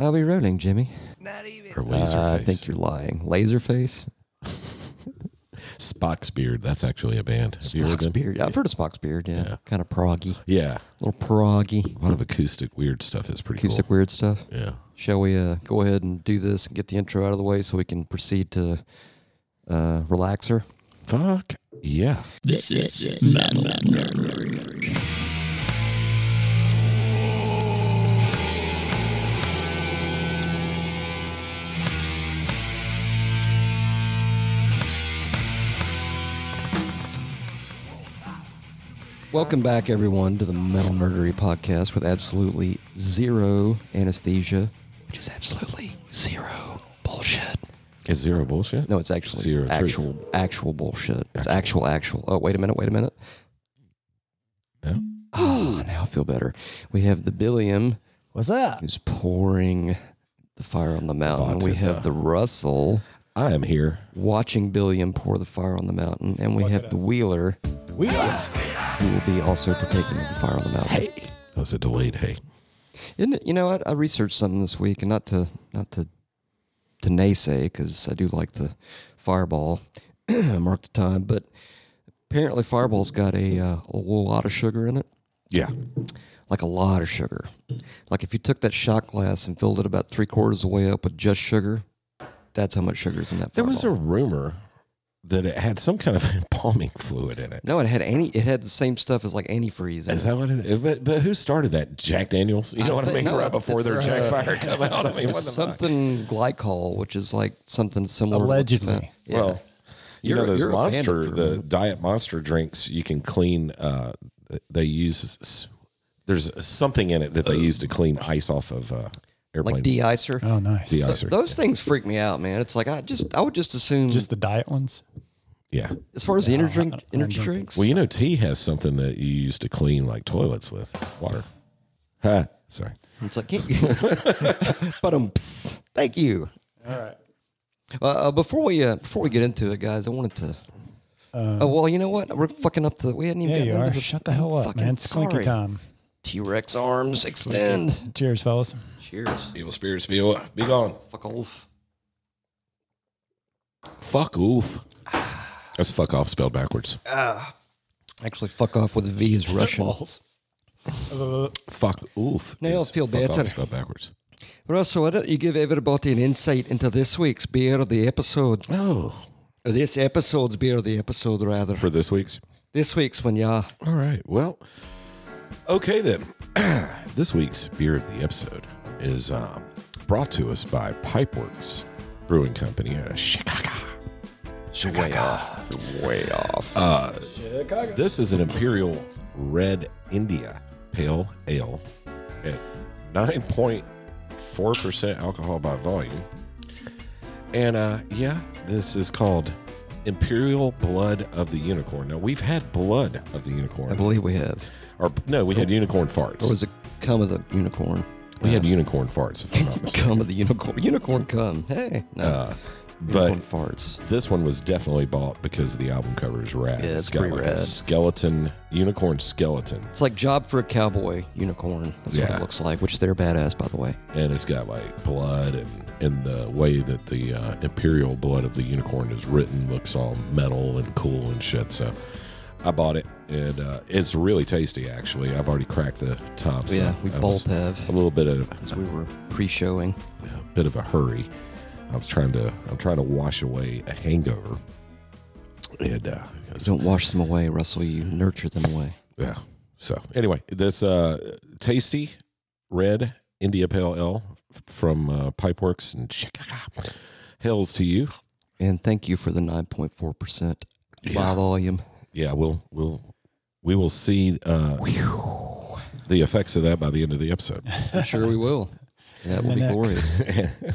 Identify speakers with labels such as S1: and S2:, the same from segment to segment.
S1: Are we rolling, Jimmy?
S2: Not even.
S3: Or Laserface.
S1: Uh, I think you're lying. Laserface?
S3: Spock's Beard. That's actually a band. Have you heard
S1: Spock's
S3: them?
S1: Beard. I've heard of Spock's Beard, yeah.
S3: Yeah.
S1: Kind of proggy.
S3: Yeah.
S1: little proggy.
S3: A lot of acoustic weird stuff is pretty
S1: Acoustic
S3: cool.
S1: weird stuff.
S3: Yeah.
S1: Shall we uh, go ahead and do this and get the intro out of the way so we can proceed to uh, relaxer?
S3: Fuck. Yeah.
S4: This is Metal Nerd.
S1: Welcome back, everyone, to the Metal Nerdery podcast with absolutely zero anesthesia, which is absolutely zero bullshit.
S3: It's zero bullshit.
S1: No, it's actually
S3: Zero truth.
S1: actual, actual bullshit. It's actual, actual. Oh, wait a minute, wait a minute.
S3: No?
S1: Oh, now I feel better. We have the Billiam
S2: What's up?
S1: who's pouring the fire on the mountain.
S3: Lots
S1: we
S3: of
S1: have
S3: the-
S1: the Russell
S3: I am here.
S1: watching Billiam pour the fire on the mountain. And we have the Wheeler
S2: We are.
S1: who will be also partaking of the fire on the mountain.
S3: That was a delayed hey.
S1: Isn't it, you know, I, I researched something this week, and not to not to to naysay because I do like the Fireball. mark the time, but apparently Fireball's got a, uh, a lot of sugar in it,
S3: Yeah.
S1: like a lot of sugar. Like if you took that shot glass and filled it about three quarters of the way up with just sugar, that's how much sugar's in that.
S3: There was a
S1: Fireball.
S3: rumor that it had some kind of embalming fluid in it.
S1: no, it had any. It had the same stuff as like antifreeze. In
S3: Is
S1: it.
S3: that what it is? But, but who started that? Jack Daniels? You
S1: I
S3: know what
S1: think-
S3: I mean?
S1: no,
S3: right before their
S1: it's,
S3: Jack
S1: uh,
S3: Fire come out. I mean, what the
S1: It's
S3: fuck?
S1: something glycol, which is like something similar. to what's
S2: Allegedly.
S1: found- Yeah.
S3: Well, you
S1: You're-
S3: know those
S1: you're a bandit
S3: monster,
S1: for a
S3: the diet monster drinks. You can clean. Uh, they use s- there's something in it that they use to clean ice off of uh, airplane
S1: like de-icer.
S4: Oh, nice.
S1: So
S3: de-icer.
S1: Uh, those things freak me out, man. It's like I just I would just assume
S4: Just the diet ones?
S3: yeah.
S1: as far as the energy drink,
S4: I- I don't
S1: energy
S4: drink them.
S1: drinks.
S3: Well, you know, tea has something that you use to clean like toilets with water. Huh. Sorry.
S1: it's like can't you? but um, psst, thank you.
S4: All right.
S1: Uh, uh, before we uh, before we get into it, guys, I wanted to. oh well, you know what? We're fucking up the. We hadn't even.
S4: Um, Yeah, you
S1: gotten
S4: are.
S1: into The
S4: Shut the hell up,
S1: fucking-
S4: man. It's
S1: sorry.
S4: clinky time.
S1: T Rex arms extend.
S4: Cheers, fellas.
S1: Cheers.
S3: Evil spirits be, aw- be gone.
S1: Fuck off.
S3: Fuck oof. That's fuck off spelled backwards.
S1: Actually, fuck off with a V is Russian.
S3: Fuck oof.
S1: Now I
S3: is
S1: feel
S3: fuck off
S1: better.
S3: Spelled backwards.
S1: Russell, why don't you give everybody an insight into this week's beer of the episode?
S3: Oh,
S1: Or this episode's beer of the episode, rather.
S3: for this week's.
S1: This week's one, yeah.
S3: All right. Well, okay then. this week's beer of the episode is um, brought to us by Pipeworks Brewing Company out of Chicago.
S1: Way off. Way off.
S3: Uh, This is an Imperial Red India Pale Ale at 9.4% alcohol by volume. And uh, yeah, this is called Imperial Blood of the Unicorn. Now, we've had Blood of the Unicorn.
S1: I believe we have.
S3: or, no, we had Unicorn Farts.
S1: Or was it cum of the unicorn?
S3: We had unicorn farts, if I'm not mistaken.
S1: Cum of the unicorn. Unicorn cum. Hey. No.
S3: Uh, but
S1: unicorn farts.
S3: this one was definitely bought because the album cover is rad.
S1: Yeah, it's
S3: got
S1: pretty
S3: like a
S1: rad.
S3: skeleton, unicorn skeleton,
S1: It's like job for a cowboy unicorn. That's what
S3: Yeah.
S1: it looks like, which they're badass, by the way.
S3: and it's got like blood and and the way that the uh, imperial blood of the unicorn is written looks all metal and cool and shit. So I bought it, and uh, it's really tasty. Actually, I've already cracked the top. So
S1: yeah, we
S3: I was
S1: both have.
S3: A little bit of
S1: As we were pre-showing.
S3: a bit of a hurry. I was trying to I'm trying to wash away a hangover, and uh,
S1: Don't wash them away, Russell. You nurture them away.
S3: Yeah. So anyway, that's uh tasty red India Pale Ale from uh, Pipeworks and Chicago. Hells to you.
S1: And thank you for the 9.4% by volume.
S3: Yeah, we'll we'll we will see uh, the effects of that by the end of the episode.
S1: I'm sure we will. That will be
S4: Next.
S1: glorious.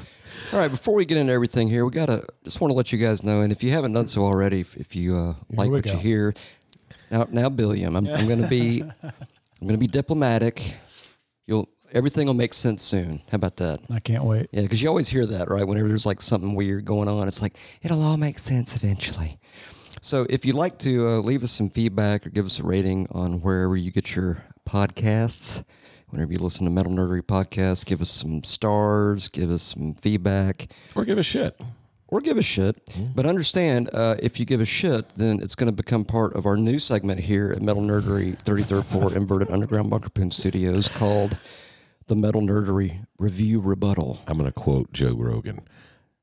S1: All right, before we get into everything here, we gotta just want to let you guys know, and if you haven't done so already, if, if you uh, like
S4: we
S1: what you
S4: go.
S1: hear, now now, Billiam, I'm, I'm gonna be I'm gonna be diplomatic. You'll everything will make sense soon. How about that?
S4: I can't wait.
S1: Yeah, because you always hear that, right? Whenever there's like something weird going on, it's like it'll all make sense eventually. So if you'd like to uh, leave us some feedback or give us a rating on wherever you get your podcasts, Whenever you listen to Metal Nerdery podcast, give us some stars, give us some feedback,
S3: Or give a shit.
S1: or give a shit. But understand, uh, if you give a shit, then it's going to become part of our new segment here at Metal Nerdery 33rd Floor Inverted Underground Bunker Poon Studios called the Metal Nerdery Review Rebuttal.
S3: I'm going to quote Joe Rogan.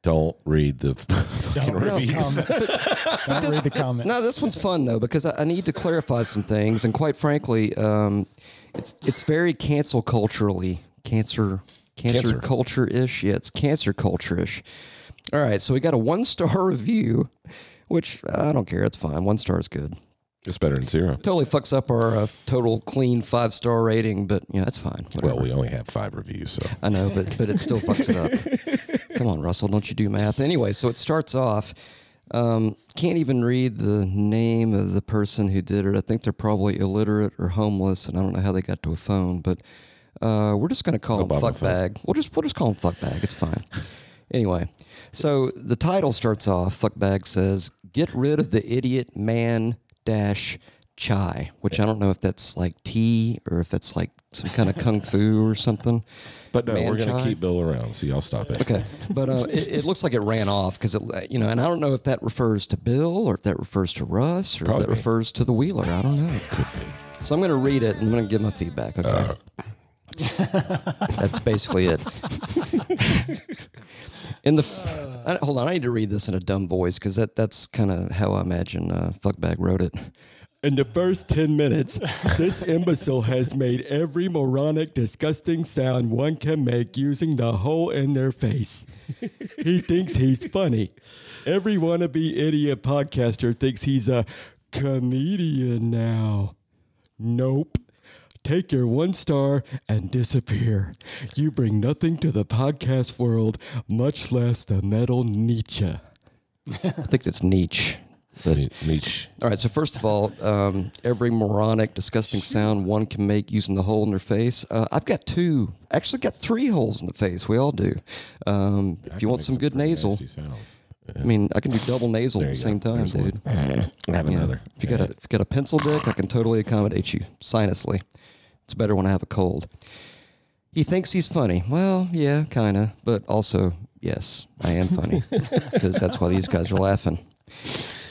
S3: Don't read the fucking
S4: read the
S3: reviews.
S4: comments. Don't read the comments.
S1: No, this one's fun though because I, I need to clarify some things, and quite frankly, um, it's it's very cancel culturally, cancer,
S3: Cancer.
S1: cancer, culture ish. Yeah, it's cancer culture ish. All right, so we got a one star review, which I don't care. It's fine. One star is good.
S3: It's better than zero.
S1: Totally fucks up our uh, total clean five star rating, but you know that's fine.
S3: Well,
S1: Whatever.
S3: we only have five reviews, so
S1: I know, but but it still fucks it up. Come on, Russell, don't you do math? Anyway, so it starts off. Um, can't even read the name of the person who did it. I think they're probably illiterate or homeless, and I don't know how they got to a phone. But uh, we're just gonna call
S3: Obama
S1: him fuck
S3: phone.
S1: bag. We'll just we'll just call him fuck bag. It's fine. Anyway, so the title starts off. Fuck bag says, "Get rid of the idiot man dash chai," which I don't know if that's like tea or if it's like some kind of kung fu or something.
S3: But no, we're going to
S1: Manchai?
S3: keep Bill around, so y'all stop it.
S1: Okay, but uh, it, it looks like it ran off because it, you know, and I don't know if that refers to Bill or if that refers to Russ or
S3: Probably.
S1: if that refers to the Wheeler. I don't know.
S3: Could be.
S1: So I'm going to read it and I'm going to give my feedback. Okay.
S3: Uh.
S1: That's basically it. In the f- I, hold on, I need to read this in a dumb voice because that that's kind of how I imagine uh, Fuckbag wrote it.
S5: In the first 10 minutes, this imbecile has made every moronic, disgusting sound one can make using the hole in their face. He thinks he's funny. Every wannabe idiot podcaster thinks he's a comedian now. Nope. Take your one star and disappear. You bring nothing to the podcast world, much less the metal Nietzsche.
S1: I think it's Nietzsche.
S3: Ne- Nietzsche.
S1: All right. So first of all, um, every moronic, disgusting sound one can make using the hole in their face. Uh, I've got two, actually got three holes in the face. We all do. Um, if you want some, good
S3: pretty
S1: nasal,
S3: nasty sounds. Uh,
S1: I mean, I can do double nasal at the
S3: you
S1: same
S3: go.
S1: time,
S3: There's one.
S1: dude.
S3: I have
S1: Yeah.
S3: another.
S1: If you got a if you got a pencil dick, I can totally accommodate you sinusly. It's better when I have a cold. He thinks he's funny. Well, yeah, kind of, but also, yes, I am funny because that's why these guys are laughing.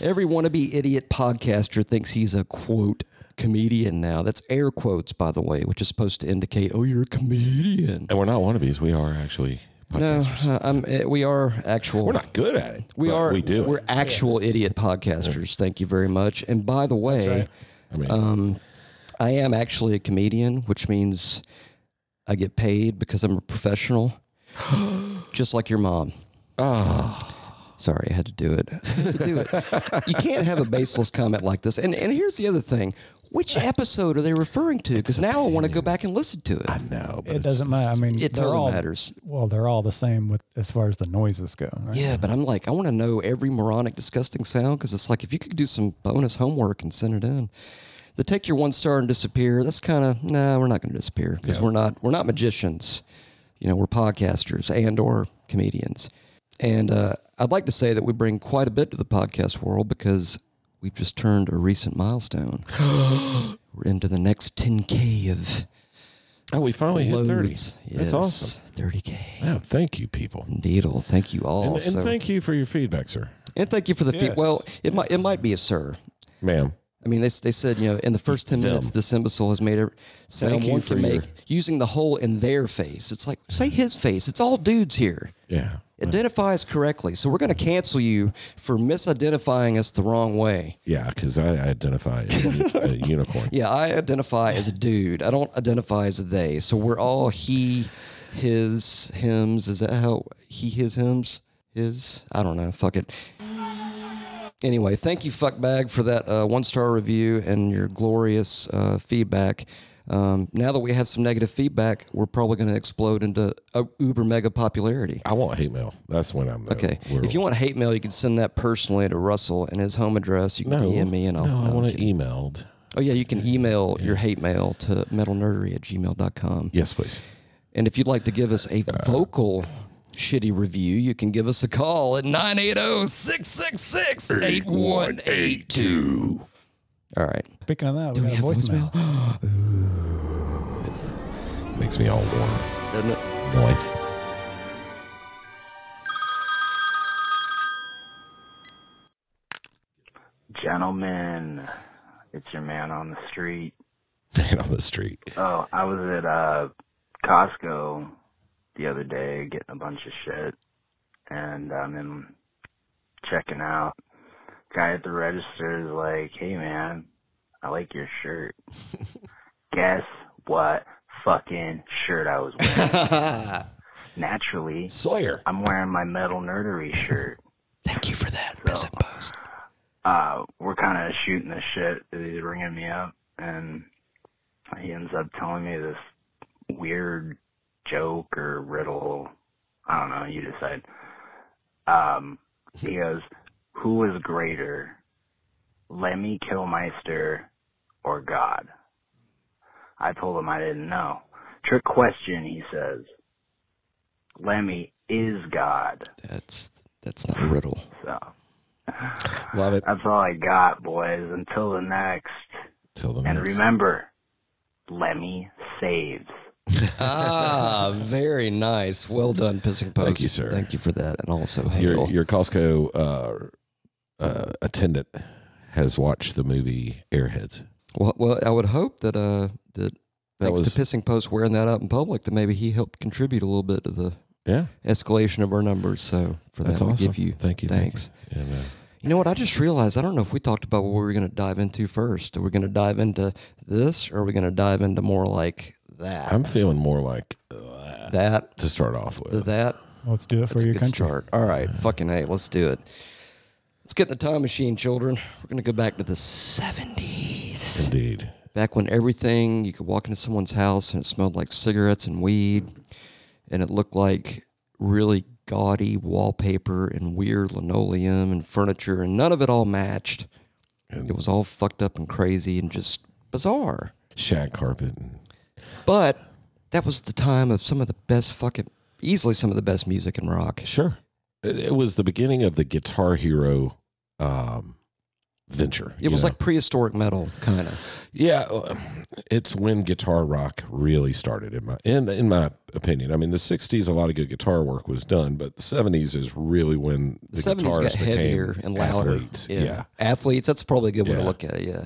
S1: Every wannabe idiot podcaster thinks he's a quote comedian now. That's air quotes, by the way, which is supposed to indicate, oh, you're a comedian.
S3: And we're not wannabes. We are actually
S1: No,
S3: podcasters.
S1: uh, I'm, uh, we are actual.
S3: We're not good at it.
S1: We
S3: but
S1: are.
S3: We do.
S1: We're
S3: it.
S1: actual idiot podcasters. Thank you very much. And by the way,
S3: I mean,
S1: um, I am actually a comedian, which means I get paid because I'm a professional, just like your mom. Sorry, I had to do it. I Ah. had to do it. you can't have a baseless comment like this. And and here's the other thing: which episode are they referring to? Because now I want to go back and listen to it.
S3: I know, but
S4: It doesn't matter. I mean,
S1: It
S4: they're
S1: totally
S4: all,
S1: matters.
S4: Well, they're all the same with as far as the noises go. Right?
S1: Yeah, but I'm like, I want to know every moronic, disgusting sound because it's like if you could do some bonus homework and send it in. The take your one star and disappear. That's kind of nah. We're not going to disappear because we're not we're not magicians. You know, we're podcasters and or comedians. And uh, I'd like to say that we bring quite a bit to the podcast world because we've just turned a recent milestone. we're into the next 10k of
S3: Oh, we finally hit 30.
S1: loads.
S3: That's
S1: Yes,
S3: awesome.
S1: 30k.
S3: Yeah, thank you, people.
S1: Needle, oh, thank you all.
S3: And, and
S1: so-
S3: thank you for your feedback, sir.
S1: and thank you for the feed.
S4: Yes.
S1: Well, it might it might be a sir.
S3: Ma'am.
S1: I mean, they, s- they said you know in the first ten minutes this imbecile has made a sound
S3: Thank you
S1: one
S3: for
S1: can
S3: your-
S1: make using the hole in their face. It's like say his face. It's all dudes here.
S3: Yeah.
S1: Identify us correctly. So we're going to cancel you for misidentifying us the wrong way.
S3: Yeah, because I identify as a, a unicorn.
S1: Yeah, I identify as a dude. I don't identify as a they. So we're all he, his, hims. Is that how he, his, hims? His? I don't know. Fuck it. Anyway, thank you, fuckbag, for that uh, one star review and your glorious uh, feedback. Um, now that we have some negative feedback, we're probably going to explode into uh, uber mega popularity.
S3: I want hate mail. That's when I'm uh,
S1: Okay. If you want hate mail, you can send that personally to Russell and his home address. You can
S3: no,
S1: DM me and I'll.
S3: no,
S1: no,
S3: I
S1: I'm
S3: want it
S1: kidding.
S3: emailed.
S1: Oh, yeah, you can email your hate mail to metalnerdery at gmail.com.
S3: Yes, please.
S1: And if you'd like to give us a
S3: Uh,
S1: vocal shitty review, you can give us a call at oh, 980 666 8182. All right.
S4: Speaking of that, we, got a voicemail.
S3: Makes me all warm,
S1: Doesn't it?
S3: moist.
S6: Gentlemen, it's your man on the street.
S3: Man on the street.
S6: Oh, I was at uh, Costco the other day getting a bunch of shit, and I'm in checking out. Guy at the register is like, "Hey, man, I like your shirt." Guess what? Fucking shirt I was wearing. Naturally,
S3: Sawyer.
S6: I'm wearing my metal nerdery shirt.
S1: Thank you for that, Piss and Post.
S6: uh, we're kind of shooting the shit. He's ringing me up, and he ends up telling me this weird joke or riddle. I don't know. You decide. Um, he goes, "Who is greater, Lemmy Killmeister or God?" I told him I didn't know. Trick question, he says. Lemmy is God.
S1: That's that's not a riddle.
S6: So
S3: Love it.
S6: that's all I got, boys. Until the next.
S3: Till the
S6: And
S3: next.
S6: remember, Lemmy saves.
S1: ah, very nice. Well done, Pissing Post.
S3: Thank you, sir.
S1: Thank you for that. And also,
S3: your
S1: Hazel.
S3: your Costco uh, uh, attendant has watched the movie Airheads.
S1: well, well, I would hope that uh that,
S3: That
S1: thanks
S3: was-
S1: to Pissing Post wearing that out in public, that maybe he helped contribute a little bit to the
S3: Yeah,
S1: escalation of our numbers. So for that,
S3: that's
S1: we
S3: awesome.
S1: give you
S3: thank you,
S1: thanks.
S3: Thank you. And, uh,
S1: You know what? I just realized I don't know if we talked about what we were going to dive into first. Are we going to dive into this, or are we going to dive into more like that?
S3: I'm feeling more like uh,
S1: that
S3: to start off with.
S1: that.
S4: Let's do it for
S1: That's a
S4: your
S1: good
S4: country.
S1: start. All right, fucking hey, let's do it. Let's get in the time machine, children. We're gonna go back to the seventies,
S3: Indeed.
S1: back when everything you could walk into someone's house and it smelled like cigarettes and weed, and it looked like really gaudy wallpaper and weird linoleum and furniture, and none of it all matched. It was all fucked up and crazy and just bizarre.
S3: Shag carpet. And,
S1: But that was the time of some of the best fucking, easily some of the best music in rock.
S3: sure. It, it was the beginning of the Guitar Hero um, venture.
S1: It
S3: you
S1: was
S3: know?
S1: like prehistoric metal, kind of.
S3: Yeah, uh, it's when guitar rock really started in my in in my opinion. I mean, the '60s a lot of good guitar work was done, but the '70s is really when the,
S1: The seventies
S3: guitarists
S1: got
S3: became
S1: heavier and louder.
S3: Athletes. Yeah.
S1: athletes. That's probably a good way to
S3: Yeah.
S1: look at it. Yeah.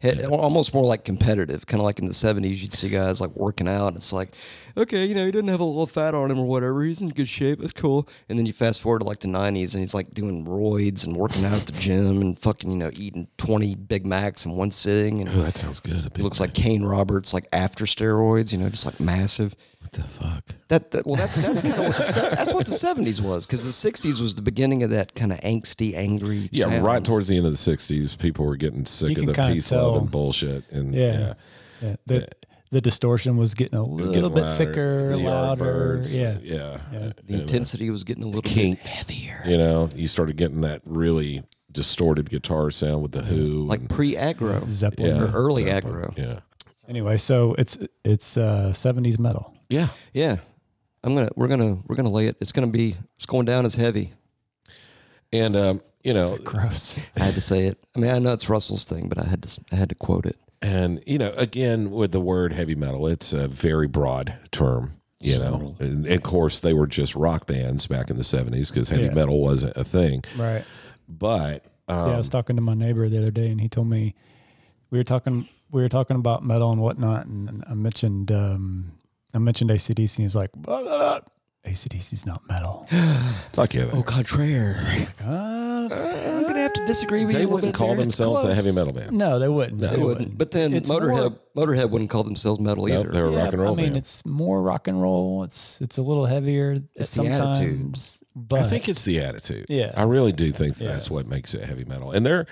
S1: Head, almost more like competitive, kind of like in the seventies. You'd see guys like working out, and it's like, okay, you know, he didn't have a little fat on him or whatever. He's in good shape. That's cool. And then you fast forward to like the nineties, and he's like doing roids and working out at the gym and fucking, you know, eating twenty Big Macs in one sitting, and
S3: Oh, that sounds good.
S1: he looks like Kane Roberts, like after steroids, you know, just like massive.
S3: what the fuck?
S1: That, that well, that, that's kind of what the, se- that's what the seventies was, because the sixties was the beginning of that kind of angsty, angry.
S3: Yeah,
S1: sound.
S3: right towards the end of the '60s, people were getting sick of
S4: can
S3: the
S4: kinda
S3: peace,
S4: tell.
S3: love, and bullshit, and
S4: Yeah. Yeah, the the distortion was getting a
S3: It was
S4: little
S3: getting
S4: bit
S3: louder.
S4: thicker,
S3: The
S4: louder.
S3: Yardbirds,
S1: uh,
S4: Yeah.
S3: yeah,
S1: The intensity was getting a little
S3: Kinks.
S1: bit heavier,
S3: You know, you started getting that really distorted guitar sound with the Who,
S1: like
S3: and-
S1: pre-aggro,
S4: Zeppelin.
S1: or early
S3: exactly.
S1: aggro.
S3: yeah,
S4: Anyway, so it's it's uh, 70s metal.
S3: yeah.
S1: Yeah, I'm gonna we're gonna we're gonna lay it. It's gonna be it's going down as heavy.
S3: And um, you know,
S4: Gross.
S1: I had to say it. I mean, I know it's Russell's thing, but I had to I had to quote it.
S3: and you know, again with the word heavy metal, it's a very broad term. You know, and, of course they were just rock bands back in the '70s because heavy
S4: Yeah.
S3: metal wasn't a thing.
S4: Right.
S3: But um,
S4: yeah, I was talking to my neighbor the other day, and he told me we were talking we were talking about metal and whatnot, and, and I mentioned um, I mentioned ACDC, and he was like, blah, blah, blah. ACDC's not metal.
S3: fuck
S4: Oh,
S3: yeah,
S1: Contraire,
S4: Uh,
S1: I'm gonna have to disagree with
S3: they
S1: you. a little
S3: wouldn't
S1: bit
S3: call
S1: there.
S3: themselves a heavy metal band.
S4: no, they wouldn't.
S1: They wouldn't. But then
S4: It's
S1: Motorhead Motorhead wouldn't call themselves metal
S3: No,
S1: either.
S3: they were
S4: Yeah,
S3: rock and roll
S4: I mean,
S3: band.
S4: it's more rock and roll. It's it's a little heavier
S1: It's the attitude.
S4: sometimes, but
S3: I think it's the attitude.
S4: Yeah.
S3: I really do think that's what makes it heavy metal. And they're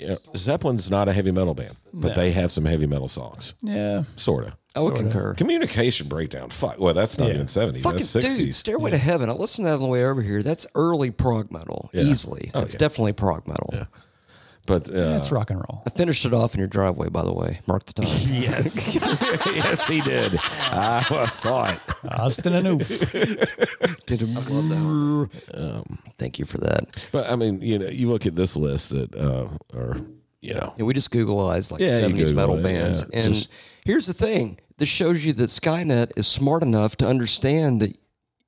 S3: you know, Zeppelin's not a heavy metal band, but they have some heavy metal songs,
S4: yeah,
S3: sort of.
S1: I would concur.
S3: Communication breakdown. Fuck. Well, that's not
S4: Yeah.
S3: even seventies.
S1: Fucking
S3: That's
S1: dude,
S3: sixties.
S1: Stairway to Heaven. I listened to that on the way over here. That's early prog metal,
S3: Yeah.
S1: easily.
S3: Oh,
S1: That's
S3: yeah.
S1: definitely prog metal.
S3: But uh,
S4: it's rock and roll.
S1: I finished it off in your driveway, by the way. Mark the time.
S3: yes, yes, he did. I saw it.
S4: Austin and Oof.
S1: I love that one.
S3: Um,
S1: Thank you for that.
S3: But I mean, you know, you look at this list that uh, are you know
S1: Yeah, we just Googleized like
S3: Yeah, you
S1: seventies
S3: Google
S1: metal
S3: it,
S1: bands,
S3: yeah.
S1: and
S3: Just-
S1: here's the thing: This shows you that Skynet is smart enough to understand that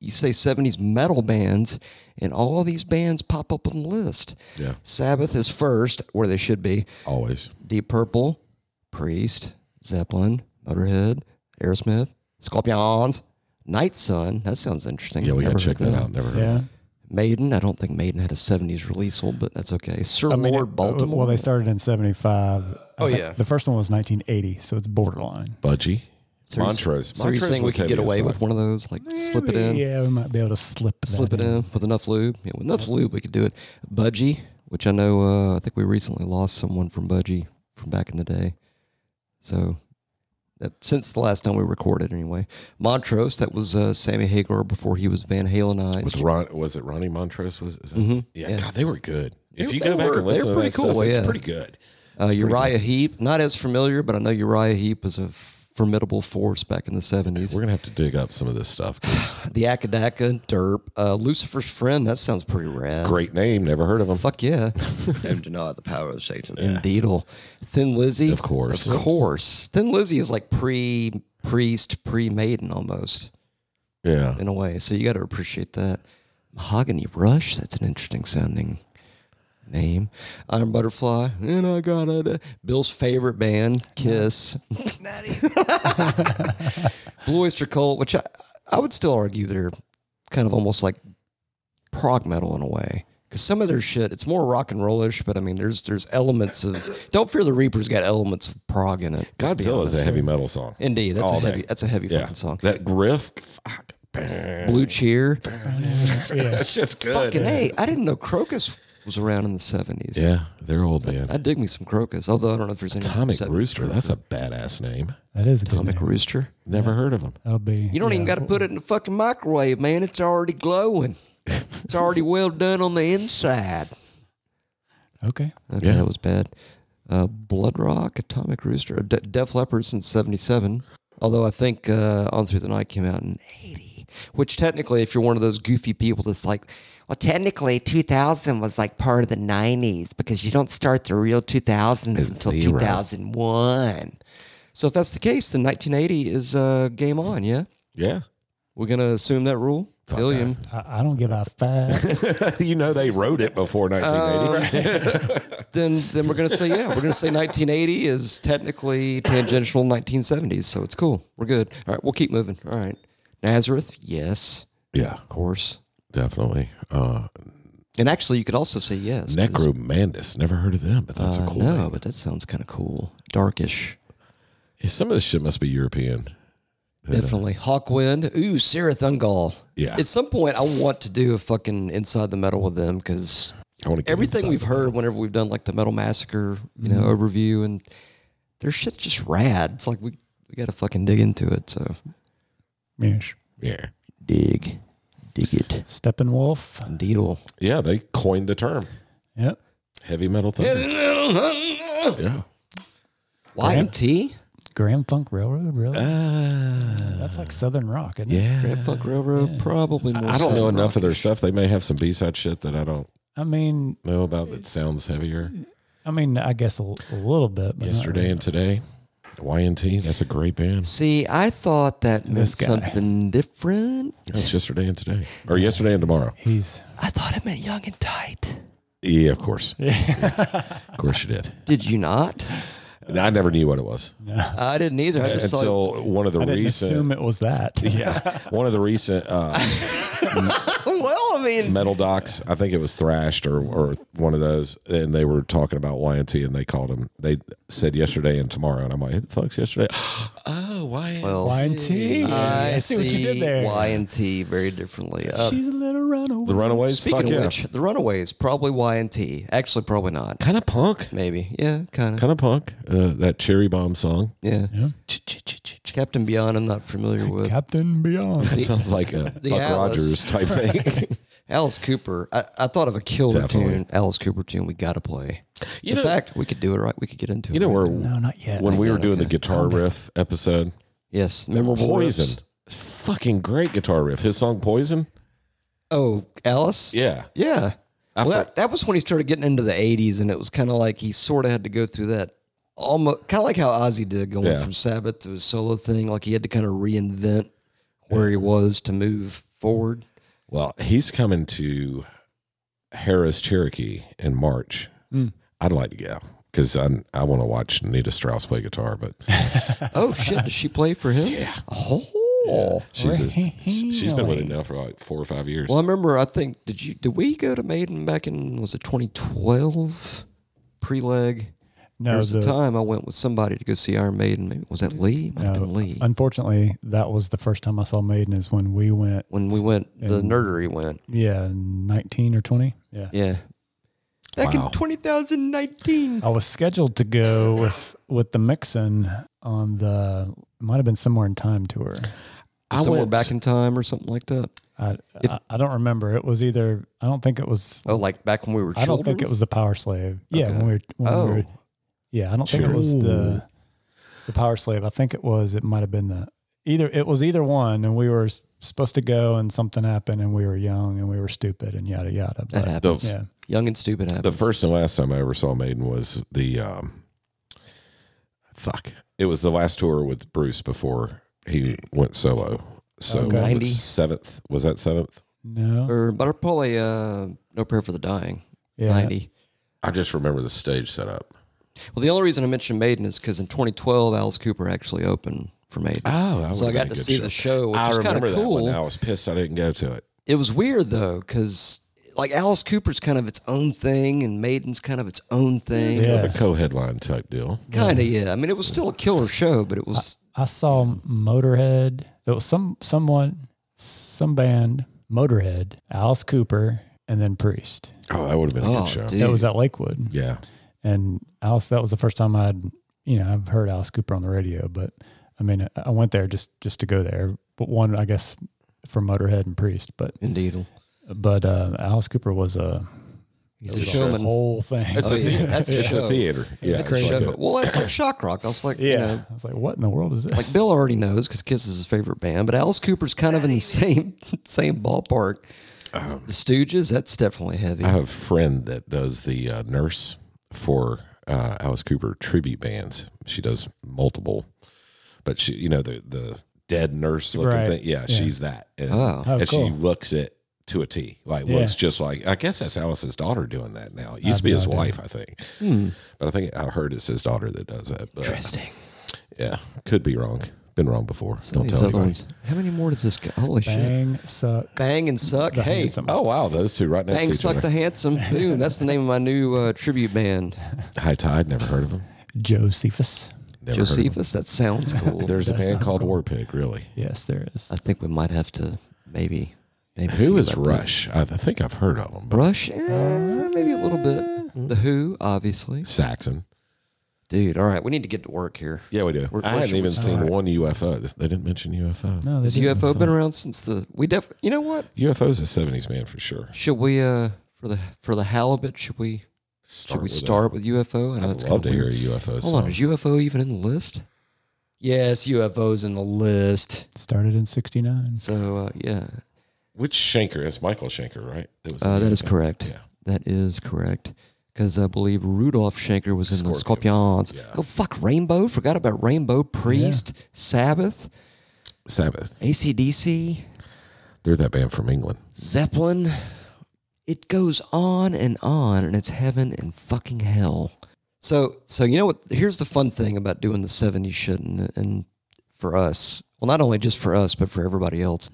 S1: you say 70s metal bands, and all of these bands pop up on the list.
S3: Yeah.
S1: Sabbath is first, where they should be.
S3: Always.
S1: Deep Purple, Priest, Zeppelin, Motorhead, Aerosmith, Scorpions, Night Sun. That sounds interesting.
S3: Yeah, we
S1: Never
S3: gotta check
S1: heard
S3: that
S1: them.
S3: out. Never heard.
S4: Yeah.
S1: Maiden. I don't think Maiden had a '70s release, well, but that's okay. Sir
S4: I mean,
S1: Lord
S4: it-
S1: Baltimore.
S4: Well, they started in 75.
S1: Oh,
S4: I think
S1: yeah.
S4: The first one was 1980, so it's borderline.
S3: Budgie.
S1: So you're-
S3: Montrose.
S1: So you're
S3: Montrose
S1: saying we
S3: was
S1: could
S3: heavy
S1: get
S3: as
S1: away with
S3: fuck.
S1: one of those, like slip it in,
S4: Maybe, Yeah, we might be able to slip that
S1: slip it in with enough lube. Yeah, with enough lube, we could do it. Budgie, which I know, uh, I think we recently lost someone from Budgie from back in the day. So that, since the last time we recorded, anyway, Montrose. That was uh, Sammy Hagar before he was Van Halenized. Uh,
S3: With Ron, was it Ronnie Montrose? Was is that,
S1: Mhm.
S3: yeah,
S1: Yeah.
S3: God, they were good. If
S1: They-
S3: you
S1: they
S3: go back
S1: were-
S3: and
S1: they
S3: listen
S1: were
S3: to
S1: pretty
S3: that
S1: cool,
S3: stuff,
S1: yeah.
S3: it's pretty good.
S1: Uh, Uriah Heep, not as familiar, but I know Uriah Heep was a formidable force back in the 70s.
S3: We're gonna have to dig up some of this stuff. 'cause
S1: The Akadaka, Derp, uh, Lucifer's Friend, that sounds pretty rad.
S3: great name, never heard of him.
S1: Fuck yeah.
S7: Don't deny the power of Satan.
S1: Indeedle. Thin Lizzy.
S3: Of course.
S1: Of course. Thin Lizzy is like pre priest, pre maiden almost
S3: Yeah,
S1: in a way. So you got to appreciate that. Mahogany Rush, that's an interesting sounding name. Iron Butterfly, and I got it. Bill's favorite band, Kiss.
S2: Not even.
S1: Blue Oyster Cult, which I, I would still argue they're kind of almost like prog metal in a way. Because some of their shit, it's more rock and rollish, but I mean, there's there's elements of Don't Fear the Reaper's got elements of prog in it. let's be
S3: Godzilla is
S1: honest.
S3: a heavy metal song.
S1: Indeed, that's
S3: All
S1: a
S3: day.
S1: heavy that's a heavy
S3: yeah,
S1: fucking song.
S3: that riff. Fuck, that
S1: Blue Cheer,
S3: shit's good.
S1: fucking hey, I didn't know Crocus was around in the seventies.
S3: Yeah, they're old man.
S1: I dig me some Crocus, although I don't know if there's any
S3: Atomic
S1: seven-
S3: Rooster. That's a badass name.
S4: That is a good
S1: Atomic
S4: name.
S1: Rooster.
S3: Never heard of him.
S4: That'll be.
S1: You don't even got to put it in the fucking microwave, man. It's already glowing. It's already well done on the inside.
S4: Okay.
S1: Okay,
S3: Yeah.
S1: that was bad. Uh, Blood Rock, Atomic Rooster, uh, De- Def Leppard since '77. Although I think uh, On Through the Night came out in '80, which technically, if you're one of those goofy people that's like, well, technically 2000 was like part of the '90s because you don't start the real 2000s until 2001. So if that's the case, then 1980 is uh, game on. Yeah,
S3: Yeah,
S1: we're gonna assume that rule. Billion.
S4: I, I don't give a fuck.
S3: you know they wrote it before
S1: Uh,
S3: 1980.
S1: Then, then we're gonna say yeah. We're gonna say 1980 is technically tangential 1970s, so it's cool. We're good. All right, we'll keep moving. All right, Nazareth, yes,
S3: yeah,
S1: of course.
S3: definitely. Uh,
S1: And actually, you could also say yes. 'cause-
S3: Necromandus. Never heard of them, but that's
S1: Uh,
S3: a cool
S1: no,
S3: name.
S1: but that sounds kind of cool. Darkish,
S3: Yeah, Some of this shit must be European.
S1: definitely. Hawkwind, ooh, Sarah Thungal.
S3: Yeah.
S1: At some point, I want to do a fucking inside the metal with them because
S3: I want to
S1: everything we've heard whenever we've done like the metal massacre you know
S3: Mm-hmm.
S1: overview and their shit's just rad it's like we we gotta fucking dig into it so
S4: Meesh.
S3: Yeah,
S1: dig dig it
S4: Steppenwolf.
S1: deal
S3: yeah, they coined the term
S4: Yep.
S3: heavy metal thunder. yeah,
S1: lion t
S4: Graham Funk Railroad, really?
S1: Ah.
S4: That's like Southern Rock, isn't it?
S3: Ah, yeah.
S1: Grand Funk Railroad probably more
S3: I don't know
S1: Southern
S3: enough of their
S1: Rockish.
S3: stuff. They may have some B side shit that I don't
S4: I mean,
S3: know about that sounds heavier.
S4: I mean, I guess a, l- a little bit. But not
S3: Yesterday
S4: really.
S3: and today, YNT. That's a great band.
S1: See, I thought that meant
S4: This guy.
S1: something different.
S3: That's yesterday and today, or yesterday and tomorrow.
S4: he's
S1: I thought it meant young and tight.
S3: Yeah, of course. Yeah, of course you did.
S1: Did you not?
S3: I never knew what it was
S1: I didn't either. I just saw
S3: until one of the
S4: I didn't
S3: recent.
S4: assume it was that.
S3: yeah, one of the recent uh,
S1: Well, I mean,
S3: metal docs. I think it was Thrashed or or one of those, and they were talking about YNT, and they called them. They said yesterday and tomorrow, and I'm like, who the fuck's yesterday? oh, YNT.
S1: well,
S4: Wine tea.
S1: I,
S4: I
S1: see
S4: see what you did there.
S1: Y and T very differently. Uh,
S4: She's a little runaway.
S3: the Runaways.
S1: Speaking
S3: Fuck
S1: of
S3: yeah.
S1: which, the Runaways probably Y and T. Actually, probably not.
S3: kind of punk,
S1: Maybe, yeah, kind of.
S3: kind of punk. Uh, that Cherry Bomb song.
S1: Yeah.
S4: Yeah.
S1: Captain Beyond, I'm not familiar with.
S4: Captain Beyond.
S3: That sounds like a
S1: the
S3: Buck
S1: Alice.
S3: Rogers type thing.
S1: Alice Cooper. I, I thought of a killer
S3: Definitely.
S1: tune. Alice Cooper tune. We gotta play.
S3: You
S1: In
S3: know-
S1: fact, we could do it right. We could get into
S3: you
S1: it.
S3: know, where
S4: no, not yet.
S3: when we were doing the
S1: okay.
S3: guitar riff episode,
S1: Yes, memorable riffs.
S3: Poison, fucking great guitar riff. His song Poison.
S1: Oh, Alice.
S3: Yeah,
S1: Yeah.
S3: I
S1: Well,
S3: for-
S1: that, that was when he started getting into the 80s, and it was kind of like he sort of had to go through that almost kind of like how Ozzy did going
S3: Yeah.
S1: from Sabbath to his solo thing. Like he had to kind of reinvent where he was to move forward.
S3: Well, he's coming to Harris Cherokee in March.
S4: Hmm.
S3: I'd like to go because I I want to watch Nita Strauss play guitar, but
S1: Oh shit! Does she play for him? Yeah. Oh.
S3: she's a, she's been with him now for like four or five years.
S1: Well, I remember. I think did you did we go to Maiden back in was it 2012 pre-leg?
S4: No,
S1: there was
S4: the-
S1: a time I went with somebody to go see Iron Maiden. Maybe was that Lee? Might have
S4: no,
S1: been Lee.
S4: Unfortunately, that was the first time I saw Maiden is when we went.
S1: when we went, the
S4: and-
S1: nerdery went.
S4: Yeah, nineteen or twenty. Yeah.
S1: Yeah. Back
S3: Wow.
S1: in 2019.
S4: I was scheduled to go with with the Mixon on the might have been somewhere in time tour.
S3: I
S1: somewhere
S3: went-
S1: back in time or something like that.
S4: I,
S1: If-
S4: I I don't remember. It was either I don't think it was
S1: Oh, like back when we were
S4: I
S1: children.
S4: don't think it was the Power Slave. Yeah,
S1: Okay.
S4: when we were when we were,
S1: Oh.
S4: yeah, I don't think it was
S3: Sure.
S4: the the Power Slave. I think it was it might have been the either it was either one, and we were s- supposed to go, and something happened, and we were young and we were stupid and yada yada.
S1: that
S4: But
S1: happens.
S4: yeah,
S1: Young and stupid happens.
S3: The first and last time I ever saw Maiden was the um, fuck. It was the last tour with Bruce before he went solo. So
S4: Okay.
S1: 90?
S3: the seventh was that seventh?
S4: no,
S1: or but probably uh, no prayer for the dying.
S4: yeah,
S1: 90.
S3: I just remember the stage setup.
S1: Well, the only reason I mentioned Maiden is because in 2012, Alice Cooper actually opened for Maiden.
S3: Oh, that
S1: so I got
S3: would've been a
S1: to
S3: good
S1: see the show, which
S3: I
S1: was kind
S3: remember
S1: of
S3: that
S1: cool.
S3: one. I was pissed I didn't go to it.
S1: It was weird though, because like Alice Cooper's kind of its own thing, and Maiden's kind of its own thing.
S4: Yeah.
S3: The co-headline type deal.
S1: Kind of, yeah. I mean, it was still a killer show, but it was
S4: I saw Motorhead. It was some someone some band Motorhead, Alice Cooper, and then Priest.
S3: Oh, that would have been a
S1: oh,
S3: good show.
S1: dude.
S4: That was at Lakewood.
S3: Yeah.
S4: and Alice, that was the first time I'd, you know, I've heard Alice Cooper on the radio, but I mean, I, I went there just, just to go there, but one, I guess for Motorhead and Priest, but,
S1: indeed.
S4: but, uh, Alice Cooper was a,
S1: He's
S4: it
S1: a
S4: was
S1: showman.
S4: whole thing.
S1: Oh, yeah, that's a
S3: It's
S1: show.
S3: a theater. Yeah.
S1: That's a
S3: it's
S1: show.
S3: like a-
S1: Well, that's like shock rock. I was like, you know,
S4: I was like, what in the world is this?
S1: like Bill already knows because Kiss is his favorite band, but Alice Cooper's kind of in the same same ballpark.
S3: Oh.
S1: the Stooges, that's definitely heavy.
S3: I have a friend that does the uh, nurse for uh, Alice Cooper tribute bands. She does multiple, but she, you know, the the dead nurse looking
S4: Right.
S3: thing. Yeah,
S4: Yeah.
S3: she's that, and,
S1: oh,
S4: oh,
S3: and
S4: cool.
S3: she looks it to a T. Like
S4: Yeah.
S3: looks just like. I guess that's Alice's daughter doing that now. It used
S4: have
S3: to be
S4: no
S3: his
S4: idea.
S3: wife, I think,
S1: Hmm.
S3: but I think I heard it's his daughter that does that. But
S1: interesting.
S3: yeah, could be wrong. Been wrong
S1: Some
S3: before.
S1: of
S3: Don't
S1: these
S3: tell
S1: other
S3: anybody.
S1: ones. How many more does this go? Holy shit!
S4: Bang, suck.
S1: Bang and suck.
S4: Bang
S1: hey,
S4: and suck.
S3: Oh wow, those two right next
S1: bang
S3: to each
S1: suck
S3: other.
S1: the handsome. Boom. That's the name of my new uh, tribute band,
S3: High Tide. Never heard of them.
S4: Josephus.
S3: Never heard of them.
S1: Josephus. That sounds cool.
S3: There's a
S4: That's
S3: band
S4: not
S3: called
S4: cool.
S3: War Pig. Really.
S4: Yes, there is.
S1: I think we might have to maybe. maybe
S3: Who
S1: see
S3: is
S1: about that.
S3: Rush? I, I think I've heard of him. But
S1: Rush, eh, maybe a little
S3: Mm-hmm.
S1: bit. The Who, obviously.
S3: Saxon.
S1: Dude, all right, we need to get to work here.
S3: Yeah, we do.
S1: We're- we're
S3: I hadn't
S1: sure
S3: even
S1: it's
S3: seen
S4: alright.
S3: one UFO. They didn't mention UFO.
S4: no, they
S1: Has
S4: didn't.
S1: UFO been around since the we def? You know what?
S3: UFO's a '70s man for sure.
S1: Should we uh for the for the halibut? Should we should we
S3: with
S1: start with UFO? I
S3: that.
S1: know
S3: I'd
S1: it's
S3: love to
S1: kinda
S3: hear
S1: weird.
S3: a UFO.
S1: Hold on,
S3: song.
S1: is UFO even in the list? Yes, UFO's in the list.
S4: Started in 69.
S1: So uh, yeah,
S3: Which Shanker? That's Michael Shanker, right? That was
S1: uh,
S3: in
S1: that is
S3: UFO.
S1: correct.
S3: Yeah.
S1: That is correct. Because I believe Rudolf Schenker was in
S3: Scorpions,
S1: the Scorpions.
S3: yeah.
S1: Oh fuck, Rainbow! Forgot about Rainbow, Priest, Sabbath,
S3: Sabbath.
S1: ACDC,
S3: They're that band from England.
S1: Zeppelin. It goes on and on, and it's heaven and fucking hell. So, so you know what? Here's the fun thing about doing the '70s shit, and, and for us, well, not only just for us, but for everybody else,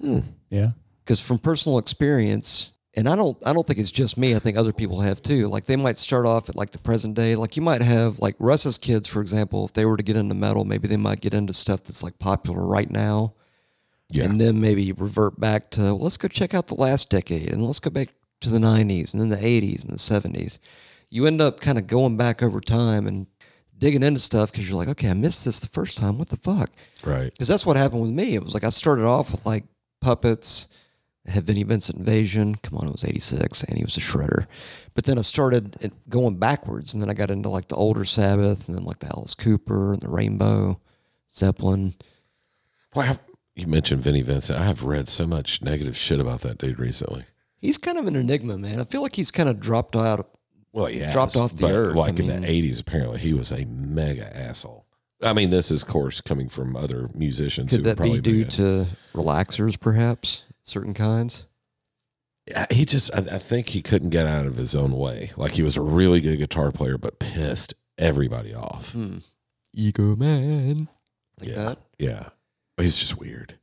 S4: Yeah.
S1: because from personal experience, and I don't, I don't think it's just me. I think other people have too. Like they might start off at like the present day. Like you might have like Russ's kids, for example. If they were to get into metal, maybe they might get into stuff that's like popular right now
S3: Yeah.
S1: and then maybe revert back to well, let's go check out the last decade and let's go back to the 90s and then the 80s and the 70s you end up kind of going back over time and digging into stuff because you're like okay i missed this the first time what the fuck
S3: right.
S1: because that's what happened with me it was like i started off with like puppets I had Vinnie Vincent Invasion. Come on, it was 86 and he was a shredder. But then I started it- going backwards and then I got into like the older Sabbath and then like the Alice Cooper and the Rainbow, Zeppelin.
S3: Well, I have, you mentioned Vinnie Vincent. I have read so much negative shit about that dude recently.
S1: He's kind of an enigma, man. I feel like he's kind of dropped out
S3: Well, yeah,
S1: Dropped off the earth,
S3: Like
S1: I
S3: in
S1: mean.
S3: the eighties, apparently he was a mega asshole. I mean, this is, of course, coming from other musicians.
S1: Could
S3: who
S1: that
S3: probably
S1: be due
S3: mega-
S1: to relaxers, perhaps certain kinds?
S3: Yeah, He just, I, I think he couldn't get out of his own way. Like he was a really good guitar player, but pissed everybody off.
S1: Hmm. Ego man, like
S3: Yeah.
S1: that.
S3: Yeah, he's just weird.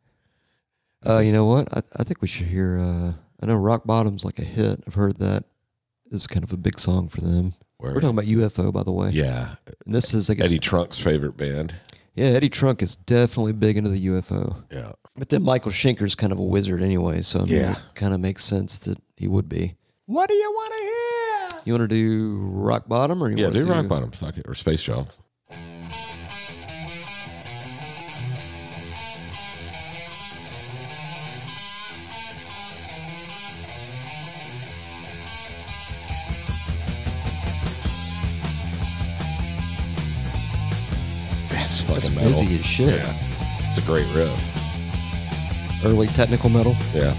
S1: Uh, you know what? I, I think we should hear. Uh, I know Rock Bottom's like a hit. I've heard that is kind of a big song for them.
S3: Where-
S1: We're talking about UFO, by the way.
S3: yeah,
S1: And this is, I guess,
S3: Eddie Trunk's favorite band.
S1: yeah, Eddie Trunk is definitely big into the UFO.
S3: Yeah,
S1: But then Michael Schenker's kind of a wizard anyway, so I mean,
S3: Yeah.
S1: it kind of makes sense that he would be.
S4: What do you want to hear?
S1: You want to do Rock Bottom or you
S3: yeah,
S1: want to
S3: do Rock Bottom, fuck it, or Space Job. That's fucking
S1: That's
S3: metal.
S1: busy as shit.
S3: Yeah, it's a great riff.
S1: Early technical metal.
S3: Yeah,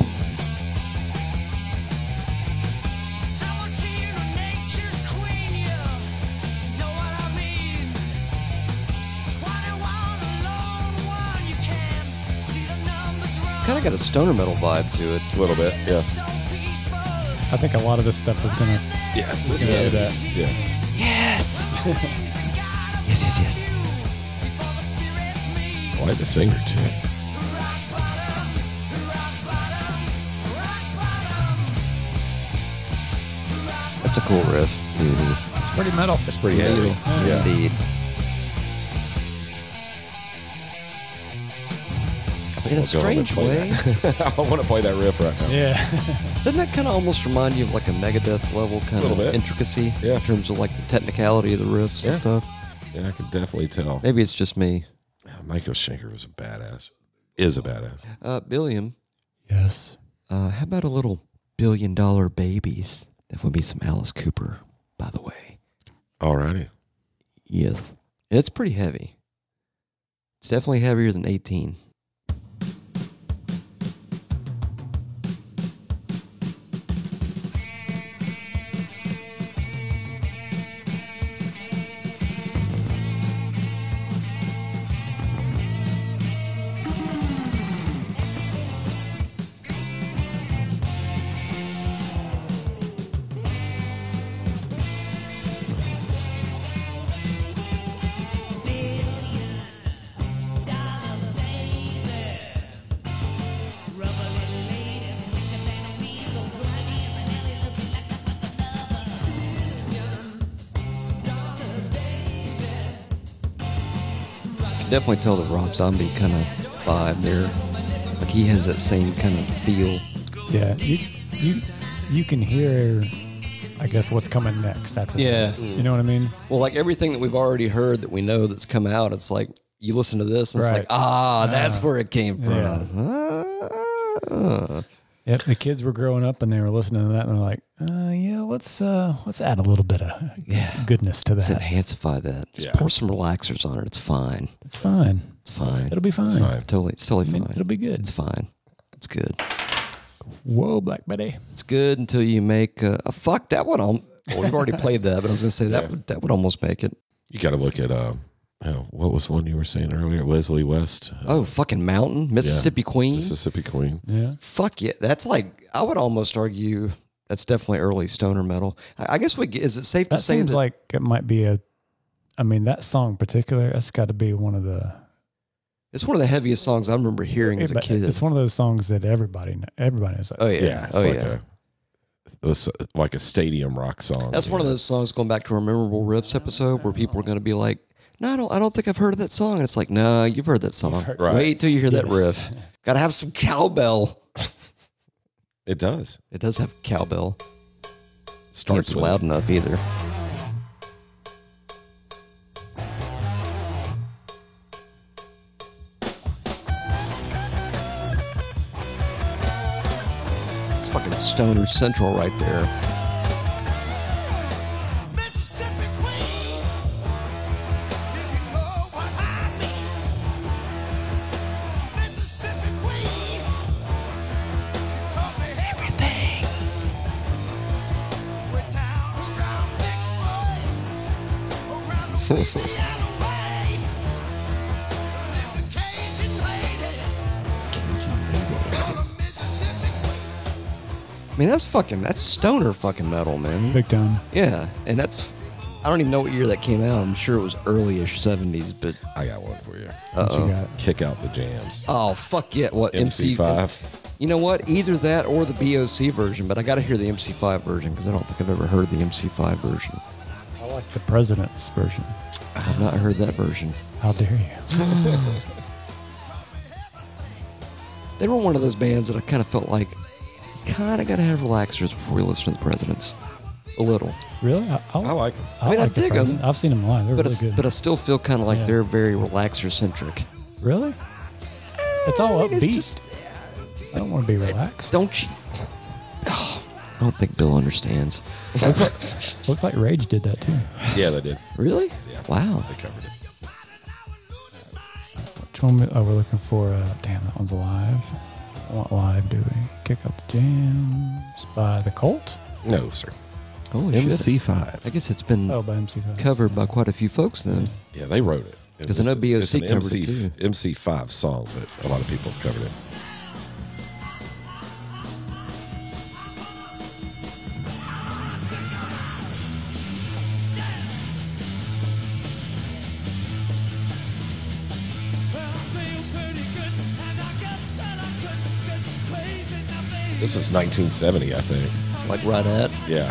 S1: Kind of got a stoner metal vibe to it.
S3: a little bit. Yeah.
S4: I think a lot of this stuff is gonna. s-
S3: Yes.
S4: Yes.
S3: Yeah.
S2: yes, yes, yes.
S3: I like the singer too.
S1: That's a cool riff.
S4: It's pretty metal.
S3: That's pretty heavy. Yeah.
S1: Indeed. In a
S3: I'll go home and
S1: strange
S3: play
S1: way,
S3: that. I want to play that riff right now.
S4: Yeah.
S1: doesn't that kind of almost remind you of like a Megadeth level kind
S3: Little
S1: of
S3: bit.
S1: intricacy
S3: Yeah.
S1: in terms of like the technicality of the riffs and
S3: Yeah.
S1: stuff?
S3: Yeah, I could definitely tell.
S1: Maybe it's just me.
S3: Michael Schenker was a badass. Is a badass.
S1: Uh, Billiam,
S4: yes.
S1: uh, how about a little billion dollar babies? That would be some Alice Cooper, by the way.
S3: Alrighty.
S1: Yes. It's pretty heavy. It's definitely heavier than 18. can definitely tell the Rob Zombie kind of vibe there. Like he has that same kind of feel.
S4: Yeah. You you you can hear. I guess what's coming next after
S1: Yeah.
S4: this. You know what I mean?
S1: Well, like everything that we've already heard that we know that's come out, it's like you listen to this and it's
S4: Right.
S1: like, ah, that's
S4: Ah.
S1: where it came from.
S4: Yeah.
S1: Ah.
S4: Yep. The kids were growing up and they were listening to that and they're like, uh, yeah, let's uh, let's add a little bit of
S1: Yeah.
S4: goodness to
S1: Let's
S4: that.
S1: enhancify that. Just
S3: Yeah.
S1: pour some relaxers on it. It's fine.
S4: It's fine.
S1: It's fine.
S4: It'll be fine.
S3: fine.
S1: It's totally, it's totally
S4: I mean,
S1: fine.
S4: it'll be good.
S1: It's fine. It's good.
S4: Whoa, Black Betty.
S1: It's good until you make a, a fuck that one. al- Well, we've already played that, but I was going to say that would, that would almost make it.
S3: You got to look at um, oh, what was the one you were saying earlier? Leslie West, uh,
S1: Oh, fucking mountain, Mississippi Queen.
S3: Mississippi Queen.
S4: Yeah.
S1: Fuck yeah, that's like I would almost argue that's definitely early stoner metal. I, I guess we is it safe
S4: That
S1: to say
S4: seems
S1: that,
S4: like it might be a. I mean, that song in particular, that's got to be one of the.
S1: it's one of the heaviest songs I remember hearing as a
S4: but
S1: kid.
S4: It's one of those songs that everybody kn- everybody knows. that
S1: oh
S4: song.
S1: yeah,
S3: Yeah, it's
S1: oh
S3: like
S1: yeah.
S3: a it was like a stadium rock song.
S1: that's one of
S3: Yeah.
S1: those songs going back to our memorable riffs episode where people are going to be like, "No, I don't, I don't think I've heard of that song." And it's like, "No, you've heard that song.
S3: Right.
S1: Wait till you hear that
S4: Yes.
S1: riff. Got to have some cowbell.
S3: It does
S1: It does have cowbell. Can't
S3: starts
S1: be
S3: with,
S1: loud enough either. It's fucking Stoner Central right there.
S2: Everything. We're down around me.
S1: I mean, that's fucking, that's stoner fucking metal, man.
S4: Big time.
S1: Yeah, and that's. I don't even know what year that came out. I'm sure it was early-ish '70s, but
S3: I got one for you.
S4: What you got?
S3: Kick out the jams.
S1: oh fuck yeah! What MC
S3: MC5.
S1: You know what? Either that or the BOC version, but I got to hear the MC5 version because I don't think I've ever heard the MC5 version.
S4: I like the president's version.
S1: I've not heard that version.
S4: How dare you?
S1: They were one of those bands that I kind of felt like kind of got to have relaxers before we listen to the Presidents, a little.
S4: Really? I, I,
S3: I like them.
S1: mean, I
S4: like the
S1: dig 'em,
S4: President. I've seen them live. They're
S1: But
S4: really
S1: I,
S4: good.
S1: but I still feel kind of like
S4: Yeah.
S1: they're very relaxer-centric.
S4: really? It's all
S1: think
S4: upbeat.
S1: it's just-
S4: I don't want to be relaxed.
S1: Don't you? I don't think Bill understands.
S4: Looks like Rage did that too.
S3: Yeah, they did.
S1: Really?
S3: Yeah.
S1: Wow.
S3: They covered it.
S4: Which one? we- Oh, we're looking for. Uh, damn, that one's live. I want live, do we? Kick out the jams by the Colt.
S3: No, sir.
S1: Holy shit.
S3: MC5.
S1: I guess it's been
S4: Oh, by MC5.
S1: covered by quite a few folks then.
S3: Yeah, they wrote it.
S1: 'Cause I know BOC
S3: it's an
S1: covered
S3: MC,
S1: it, too.
S3: MC5 song, but a lot of people have covered it. This is 1970, I think.
S1: Like right at.
S3: Yeah.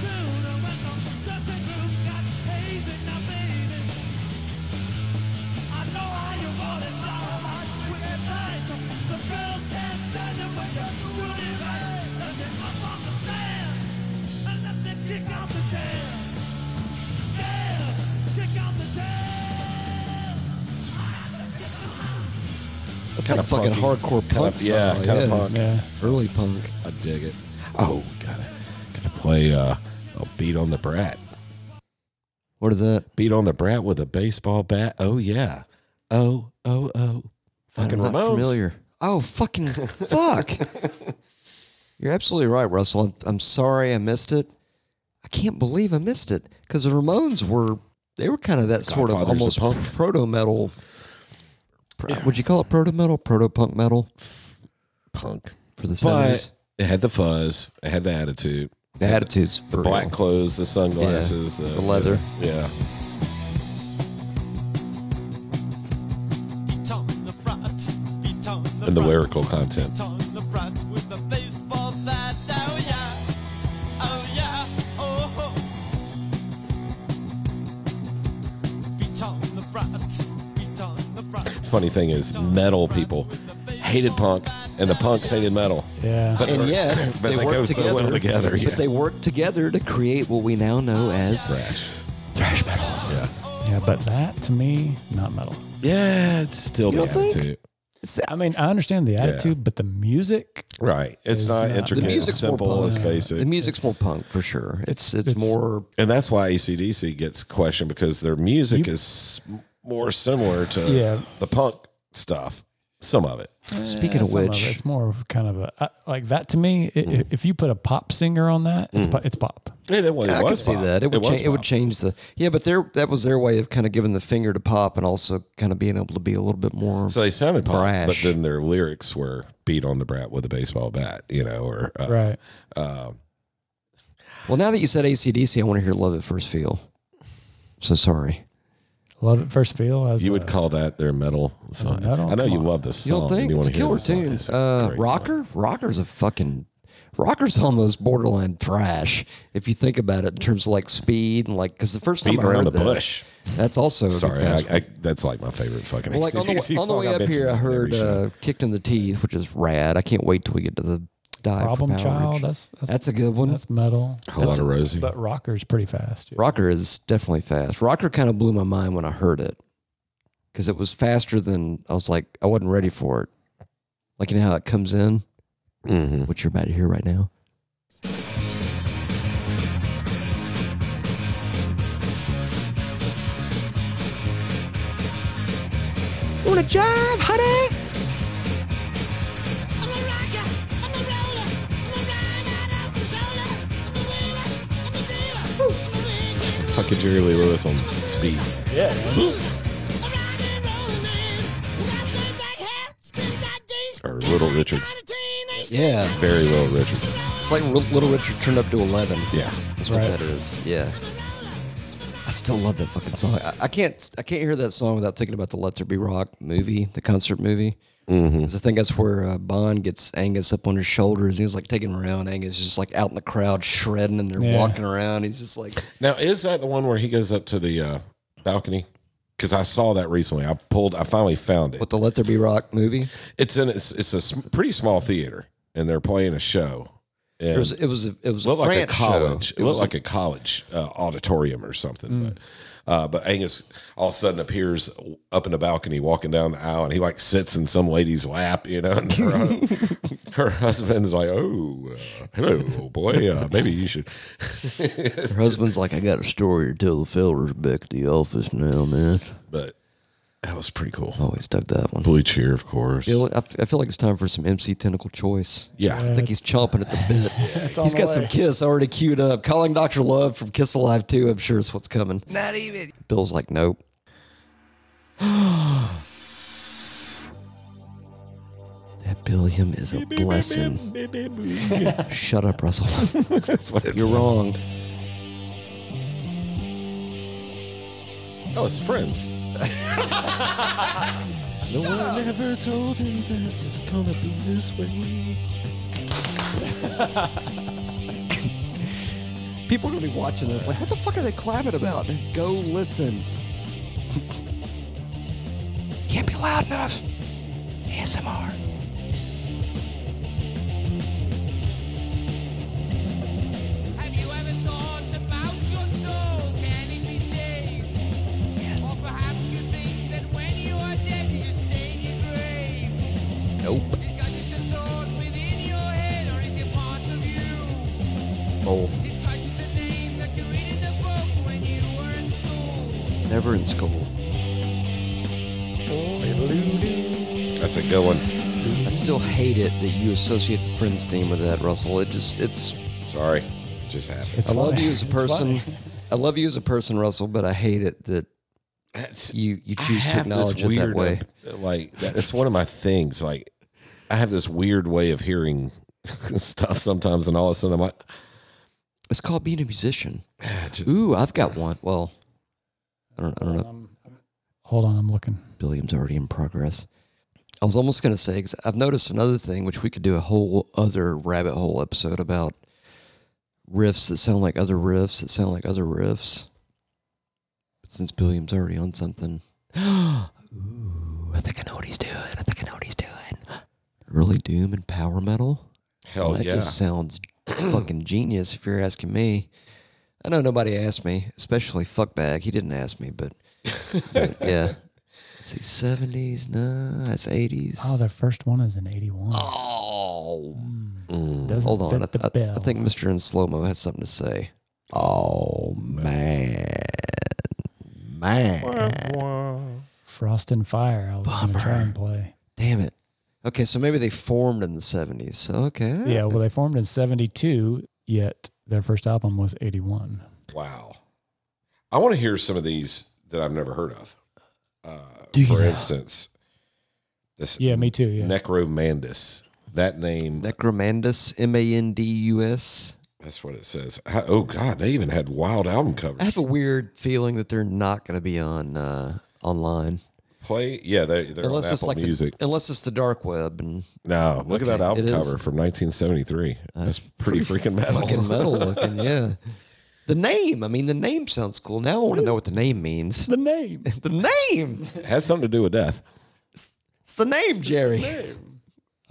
S1: That's
S3: Kinda
S1: like fucking
S3: punky.
S1: hardcore punk
S3: Kinda- yeah,
S1: style,
S3: kinda punk.
S4: Yeah.
S1: Early punk.
S3: I dig it. Oh, gotta gotta play uh, a beat on the brat.
S1: What is that?
S3: Beat on the brat with a baseball bat. Oh yeah. Oh oh oh. Fucking
S1: I'm not
S3: Ramones.
S1: familiar. Oh fucking fuck! You're absolutely right, Russell. I'm, I'm sorry I missed it. I can't believe I missed it because the Ramones were they were kind of that sort of almost
S3: Godfathers of punk.
S1: proto metal. Pro, Would you call it proto metal, proto punk metal
S3: Punk.
S1: for the
S3: But
S1: seventies?
S3: it had the fuzz. It had the attitude.
S1: The attitudes,
S3: The
S1: for
S3: black
S1: real.
S3: clothes, the sunglasses, uh,
S1: the leather.
S3: yeah.
S8: And
S3: And the lyrical content.
S8: Oh,
S3: Funny thing is, metal people hated punk, and the punks hated metal.
S4: Yeah.
S3: But-
S1: and yet
S3: But they
S1: worked
S3: go so well together, yeah.
S1: But they worked together to create what we now know as
S3: Thrash.
S1: thrash metal.
S3: Yeah.
S4: yeah, but that to me, not metal.
S3: Yeah, it's still
S1: You
S3: the
S1: don't think?
S3: attitude.
S4: I mean, I understand the attitude, but the music,
S3: Right. It's,
S4: It's
S3: not,
S4: not-
S3: intricate.
S1: The
S3: It's
S1: music's more
S3: simple. It's
S4: punk.
S1: The
S3: basic.
S1: music's more punk for sure. It's it's,
S4: it's-
S1: more
S3: and that's why ACDC gets questioned because their music is is s- more similar to
S4: Yeah.
S3: the punk stuff. Some of it.
S1: Speaking
S4: eh,
S1: of
S4: some
S1: which- Mm-hmm.
S4: it, it's more of kind of a I- like that to me. i i- If you put a pop singer on that, it's pop, it's pop.
S3: It, it, was
S1: I could
S3: was
S1: see
S3: pop.
S1: that. It would
S3: was
S1: change. It would
S3: pop.
S1: change the yeah, but their that was their way of kind of giving the finger to pop and also kind of being able to be a little bit more.
S3: So they sounded pop, but
S1: Brash.
S3: then their lyrics were beat on the brat with a baseball bat, you know, or uh,
S4: Right.
S3: uh,
S1: well, now that you said ACDC, I want to hear "Love at First Feel." So sorry.
S4: Love at first feel. As
S3: you
S4: a-
S3: would call that their metal. Song.
S4: metal?
S3: I know
S4: Come
S3: you
S4: on.
S3: love this
S1: You
S3: song.
S1: don't think
S3: and you
S1: it's a
S3: wanna hear
S1: killer
S3: this song.
S1: tune?
S3: It's a
S1: Uh,
S3: great song.
S1: rocker, rocker's a fucking rocker's almost borderline thrash if you think about it in terms of like speed and like because the first time
S3: Beating
S1: I heard
S3: around the
S1: that,
S3: bush.
S1: That's also a good
S3: Sorry,
S1: fast
S3: I, I, that's like my favorite fucking.
S1: Well, like on the,
S3: AC/DC
S1: on the
S3: song.
S1: way
S3: I
S1: up
S3: mention
S1: here,
S3: it
S1: I
S3: on every
S1: heard
S3: show.
S1: uh, "Kicked in the Teeth," which is rad. I can't wait till we get to the dive. for
S4: problem
S1: Power
S4: child.
S1: Rangers.
S4: That's, that's
S1: That's a good one.
S4: that's metal.
S3: Whole lot of Rosie.
S4: But rocker's pretty fast. yeah.
S1: Rocker is definitely fast. Rocker kind of blew my mind when I heard it because it was faster than I was like I wasn't ready for it. Like you know how it comes in,
S3: Mhm.
S1: which you're about to hear right now. Wanna jive, honey?
S3: Fucking Jerry Lee Lewis on speed.
S4: Yeah.
S3: Or Little Richard.
S1: Yeah,
S3: Very Little Richard.
S1: it's like Ri- Little Richard turned up to eleven.
S3: Yeah.
S1: That's what
S4: Right.
S1: that is. Yeah. I still love that fucking song. I, I can't I can't hear that song without thinking about the Let There Be Rock movie, the concert movie. Mm-hmm. I think that's where uh, Bond gets Angus up on his shoulders. and He's like taking him around. Angus is just like out in the crowd shredding, and they're
S4: Yeah.
S1: walking around. He's just like,
S3: Now, is that the one where he goes up to the uh, balcony? Because I saw that recently. I pulled. I finally found it.
S1: "What the Let There Be Rock movie?"
S3: It's in. It's, it's a sm- pretty small theater, and they're playing a show. And
S1: It was it was a, it was a
S3: looked like a
S1: France show.
S3: college. It
S1: was
S3: looked like a college uh, auditorium or something. But uh, but Angus all of a sudden appears up in the balcony, walking down the aisle, and he like sits in some lady's lap, you know. And her, her husband's like, "Oh, uh, hello, old boy. Uh, maybe you should."
S1: her husband's like, "I got a story to tell the fellers back at the office now, man."
S3: But that was pretty cool.
S1: Always dug that one.
S3: Blue cheer, of course.
S1: Bill, I f- I feel like it's time for some MC Tentacle Choice. I
S3: Yeah.
S1: think he's chomping at the bit.
S4: on
S1: he's
S4: the
S1: got some
S4: way.
S1: Kiss already queued up. Calling Dr. Love from Kiss Alive 2, I'm sure is what's coming.
S2: Not even.
S1: Bill's like, nope. that Billiam is a blessing. Shut up, Russell.
S3: That's what it
S1: You're
S3: says.
S1: wrong.
S3: Oh, it's friends. no one ever told him that it's gonna be this way.
S1: People are going to be watching this like, what the fuck are they clapping about? Go listen. Can't be loud enough. ASMR.
S8: Have you ever thought about your soul? Can it be saved? Yes. Or perhaps you think that when you are dead, you stay in your grave.
S1: Nope.
S8: Is this a thought within your head, or is it part of you?
S1: Both.
S8: Is Christ a name that you read in the book when you were in school?
S1: Never in school.
S3: That's a good one.
S1: I still hate it that you associate the Friends theme with that, Russell. It just, it's.
S3: Sorry, it just happened.
S4: It's
S1: I love
S4: funny.
S1: you as a
S4: It's
S1: person.
S4: funny.
S1: I love you as a person, Russell, but I hate it that
S3: That's-
S1: you you
S3: I
S1: choose to
S3: have this
S1: acknowledge it that
S3: weird,
S1: way.
S3: uh, Like that- that's one of my things. Like I have this weird way of hearing stuff sometimes, and all of a sudden I'm like,
S1: It's called being a musician.
S3: ah, just,
S1: Ooh, I've got one. Well, I don't, I don't know.
S4: Hold on, I'm looking.
S1: Billiam's already in progress. I was almost going to say because I've noticed another thing, which we could do a whole other rabbit hole episode about riffs that sound like other riffs that sound like other riffs. But since Billiam's already on something, ooh, I think I know what he's doing. I think I know what he's doing. Early doom and power metal.
S3: hell
S1: that
S3: yeah.
S1: just sounds fucking genius if you're asking me. I know nobody asked me, especially fuckbag. He didn't ask me, but, but yeah. Let's see, seventies, no, it's eighties.
S4: Oh, their first one is in '81.
S1: Oh,
S3: Mm.
S4: Doesn't
S1: hold on. I,
S4: fit the
S1: I- I
S4: bill.
S1: think Mister in Slow Mo has something to say. Oh man, man,
S4: Frost and Fire. I was gonna try and play.
S1: damn it. Okay, so maybe they formed in the seventies. So okay,
S4: Yeah, well, they formed in '72, yet their first album was '81.
S3: Wow. I want to hear some of these that I've never heard of. Uh, for instance, this
S4: Yeah, me too. Yeah,
S3: Necromandus. That name,
S1: Necromandus, M A N D U S.
S3: that's what it says. I- oh, God, they even had wild album
S1: I
S3: covers.
S1: have a weird feeling that they're not going to be on uh, online
S3: Play, yeah, they, they're on
S1: unless it's
S3: Apple
S1: like
S3: Music.
S1: The, unless it's the dark web and
S3: no, look
S1: Okay,
S3: at that album
S1: it is.
S3: cover from 1973. That's, pretty, freaking metal.
S1: fucking metal looking. Yeah, the name. I mean, the name sounds cool. Now I want to know what the name means.
S4: the name.
S1: The name.
S3: It has something to do with death.
S1: It's the name, Jerry.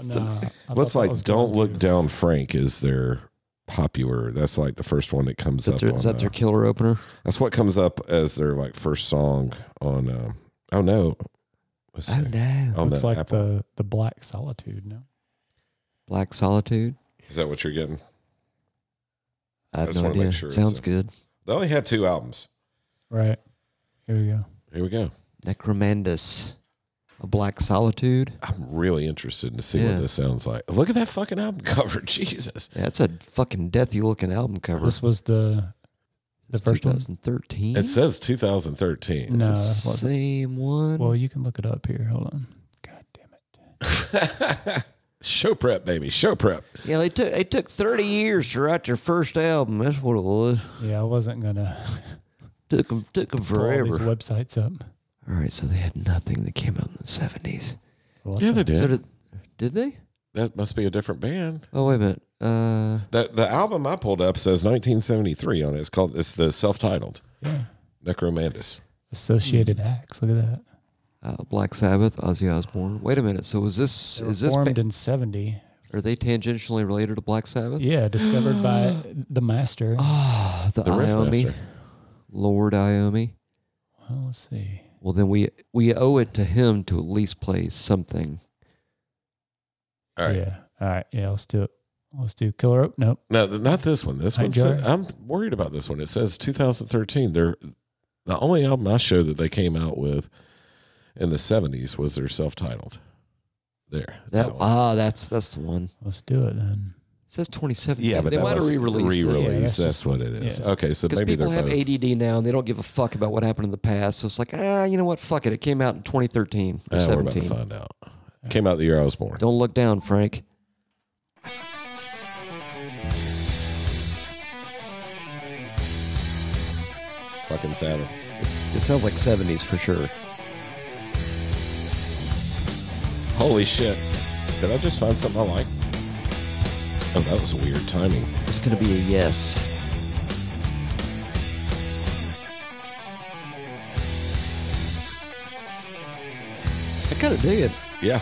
S4: Nah, I
S3: What's
S4: thought that
S3: like
S4: was
S3: Don't
S4: good,
S3: Look
S4: too.
S3: Down Frank is their popular. That's like the first one that comes
S1: Is that,
S3: up.
S1: their,
S3: on,
S1: is that
S3: uh,
S1: their killer opener?
S3: That's what comes up as their like first song on. Uh, oh no! Let's see.
S1: no,
S3: on
S4: Looks
S3: the
S4: like
S3: Apple.
S4: the the Black Solitude. No,
S1: Black Solitude.
S3: Is that what you're getting?
S1: I
S3: I
S1: have
S3: just
S1: no
S3: wanna make
S1: idea.
S3: sure it's
S1: Sounds
S3: a-
S1: good.
S3: They only had two albums.
S4: right here we go.
S3: Here we go.
S1: Necromandus, a Black Solitude.
S3: I'm really interested to see
S1: Yeah.
S3: what this sounds like. Look at that fucking album cover, Jesus!
S1: Yeah, that's a fucking deathy looking album cover.
S4: This was the The
S1: It's
S4: first one?
S1: 2013.
S3: It says Uh, 2013.
S4: No.
S1: the
S4: that's what-
S1: same one.
S4: Well, you can look it up here. Hold on. God damn it.
S3: Show prep, baby. Show prep.
S1: yeah, they took it took 30 years to write their first album. That's what it was.
S4: Yeah, I wasn't gonna
S1: Took them took 'em
S4: pull all these
S1: forever.
S4: websites up.
S1: All right, so they had nothing that came out in the 70s.
S4: What
S3: Yeah, they
S4: the-
S3: did.
S1: So did did they?
S3: that must be a different band.
S1: Oh wait a minute. Uh,
S3: The the album I pulled up says 1973 on it. It's called it's the self-titled
S4: yeah.
S3: Necromantis.
S4: Associated Acts. Look at that.
S1: uh, Black Sabbath, Ozzy Osbourne. Wait a minute. So was this
S4: They were
S1: is this
S4: formed
S1: ba-
S4: in '70.
S1: are they tangentially related to Black Sabbath?
S4: Yeah, discovered by the master.
S1: Ah, the,
S3: The
S1: Iomi,
S3: Riffmaster.
S1: Lord Iomi.
S4: Well, let's see.
S1: Well, then we we owe it to him to at least play something.
S3: All right.
S4: Yeah. All right. Yeah, let's do it. Let's do Killer Oak. Nope.
S3: No, th- not this one. This
S4: Hi,
S3: one.
S4: Joe.
S3: sa- I'm worried about this one. It says 2013. They're the only album I show that they came out with in the 70s was their self-titled. There.
S1: That,
S3: one.
S1: ah, that's that's the one.
S4: Let's do it then.
S1: It says 2017.
S3: yeah, but
S1: they
S3: that
S1: might have
S3: was
S1: re-released
S3: re-release.
S4: Yeah, that's
S3: that's
S4: just-
S3: what it is.
S4: yeah.
S3: Okay, so
S1: Because
S3: maybe they're
S1: people have
S3: both.
S1: ADD now and they don't give a fuck about what happened in the past. So it's like, ah, you know what? Fuck it. It came out in 2013 or
S3: Ah, we're about to
S1: 17.
S3: find out. Came out the year I was born.
S1: Don't look down, Frank.
S3: Fucking Sabbath.
S1: It's, it sounds like 70s for sure.
S3: Holy shit. Did I just find something I like? Oh, that was weird timing.
S1: It's going to be a yes. I kind of dig it.
S3: Yeah.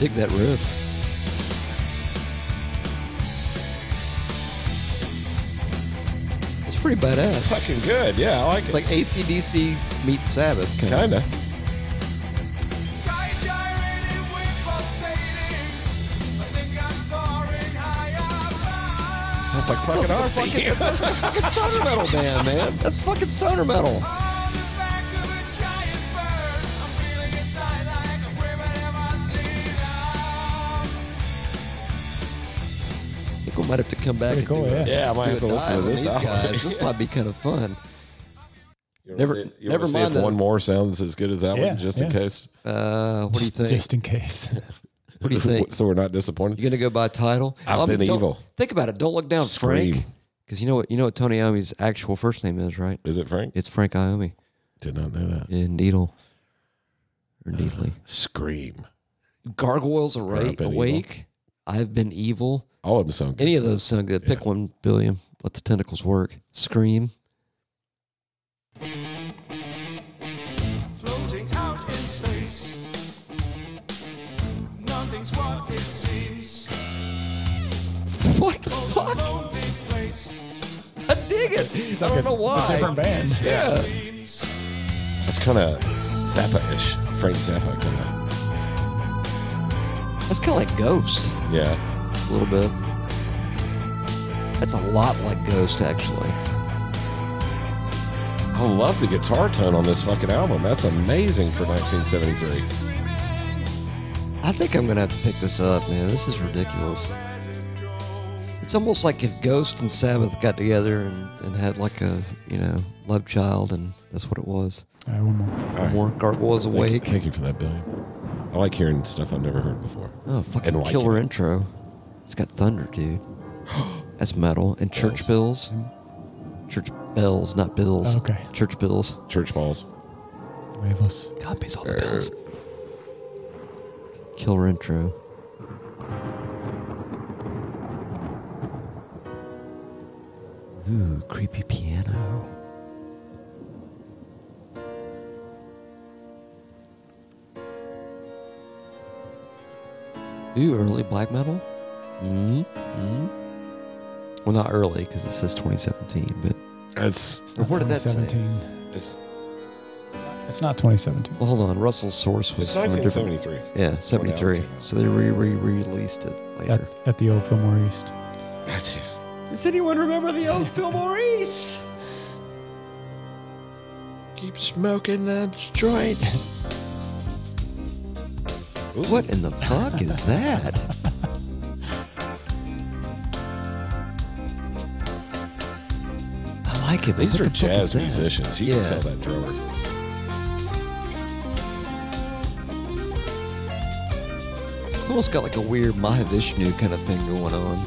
S1: Dig that riff. It's pretty badass.
S3: Fucking good. Yeah, I like
S1: It's
S3: it.
S1: like ACDC meets Sabbath. Kind of.
S3: Kinda. Sounds like fucking
S1: That's like a fucking, that's like a fucking stoner metal band, man. That's fucking stoner metal. I think we might have to come back.
S4: pretty
S1: and
S4: cool,
S1: do a-
S4: yeah.
S3: Yeah, I might
S1: do
S3: have to
S1: a
S3: listen to
S1: dive on
S3: this
S1: these
S3: album.
S1: guys. This might be kind of fun.
S3: You wanna
S1: Never-
S3: see- you
S1: never
S3: wanna see
S1: mind
S3: if
S1: the-
S3: one more sounds as good as that
S4: Yeah,
S3: one, just in
S4: yeah.
S3: case.
S1: Uh, what do you
S4: Just-
S1: think?
S4: Just in case.
S1: what do you think?
S3: so we're not
S1: You
S3: disappointed.
S1: gonna go by title?
S3: I've
S1: Um,
S3: been
S1: don't-
S3: evil.
S1: Think about it. Don't look down, Frank.
S3: Scream.
S1: Because you know what you know what Tony Iommi's actual first name is, right?
S3: Is it Frank?
S1: It's Frank Iommi
S3: Did not know that.
S1: in Needle or Needley.
S3: Scream.
S1: Gargoyles are
S3: I've been evil.
S1: awake. I've been evil.
S3: All of them sound good.
S1: Any of those sound good. Pick one, Billiam. Let the tentacles work. Scream.
S8: floating out in space. Nothing's what it seems.
S1: What the fuck?
S8: Lonely place
S1: I dig it. I don't know
S4: It's a
S1: why.
S4: different band.
S3: yeah.
S8: seems.
S3: That's kind of Zappa-ish. Frank Zappa kind
S1: That's kind of like Ghost
S3: of. Yeah.
S1: a little bit. That's a lot like Ghost, actually.
S3: I love the guitar tone on this fucking album. That's amazing for 1973.
S1: I think I'm gonna have to pick this up, man. This is ridiculous. It's almost like if Ghost and Sabbath got together and, and had like a you know love child, and that's what it was.
S4: All right, one more.
S3: All right.
S1: More gargoyles
S3: Thank you,
S1: awake.
S3: thank you for that, Billy. I like hearing stuff I've never heard before.
S1: Oh, fucking
S3: And like
S1: killer
S3: it.
S1: intro. It's got thunder, dude. That's metal. And church bells. Church bells, not bills.
S4: Oh, okay.
S1: Church bills.
S3: Church balls.
S4: Wave us.
S1: Copies all the bells. Killer intro. Ooh, creepy piano. Ooh, early black metal? Mm-hmm. Well, not early because it says 2017, but
S3: That's
S4: It's not
S1: What did that say?
S4: 2017.
S3: it's,
S4: It's not 2017.
S1: well, hold on. Russell's source was
S3: it's
S1: from a different.
S3: 1973.
S1: Yeah, 73.
S3: came out.
S1: So they re re released it
S4: At,
S1: later.
S4: at the old Fillmore East.
S1: Does anyone remember the old Fillmore East?
S3: Keep smoking them joints.
S1: What in the fuck is that? I like it. but
S3: These
S1: what
S3: are
S1: the fuck is
S3: jazz
S1: that?
S3: musicians. You
S1: Yeah.
S3: can tell that drummer.
S1: It's almost got like a weird Mahavishnu kind of thing going on.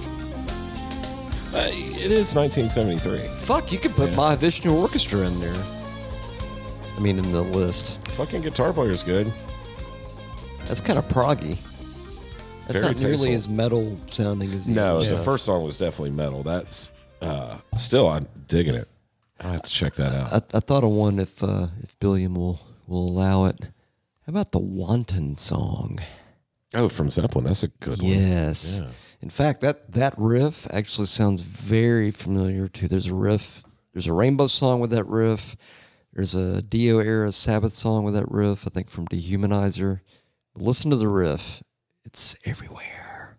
S3: Uh, it is 1973.
S1: Fuck, you could put
S3: Yeah.
S1: Mahavishnu Orchestra in there. I mean, in the list.
S3: Fucking guitar player's good.
S1: That's kind of proggy. That's
S3: Very
S1: not nearly
S3: tasteful.
S1: as metal sounding as the
S3: No,
S1: other
S3: the
S1: stuff.
S3: first song was definitely metal. That's uh, still I'm digging it. I have to check that out.
S1: I, I thought of one if uh, if Billiam will will allow it. How about the Wanton song?
S3: oh, from Zeppelin. That's a good one.
S1: Yes.
S3: Yeah.
S1: In fact, that that riff actually sounds very familiar too. There's a riff. There's a Rainbow song with that riff. There's a Dio era Sabbath song with that riff. I think from Dehumanizer. Listen to the riff. It's everywhere.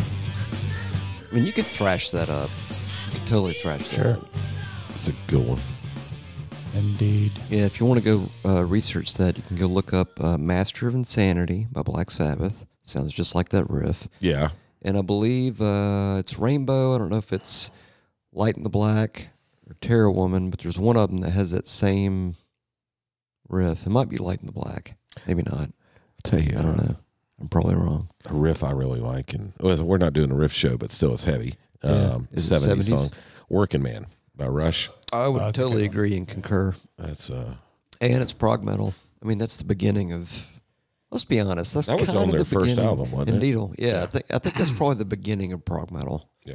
S1: I mean, you could thrash that up. You could totally thrash that.
S4: Sure.
S1: Up.
S3: It's a good one.
S4: Indeed.
S1: Yeah, if you want to go uh, research that, you can go look up uh, "Master of Insanity" by Black Sabbath. Sounds just like that riff.
S3: Yeah.
S1: and I believe uh, it's Rainbow. I don't know if it's Light in the Black or Terror Woman, but there's one of them that has that same riff. It might be Light in the Black, maybe not.
S3: I'll tell you,
S1: I don't know. I'm probably wrong.
S3: a riff I really like, and well, we're not doing a riff show, but still, it's heavy.
S1: Yeah.
S3: Um,
S1: Is it
S3: 70s
S1: 70s?
S3: song, "Working Man" by Rush.
S1: I would
S4: Oh, that's a
S1: totally
S4: good one.
S1: agree and concur.
S3: That's uh,
S1: And it's prog metal. I mean, that's the beginning of. Let's be honest. That's
S3: That was
S1: kinda
S3: on their
S1: the
S3: first
S1: beginning.
S3: album, wasn't it?
S1: Indeed. Yeah, I think I think that's probably the beginning of prog metal
S3: yeah.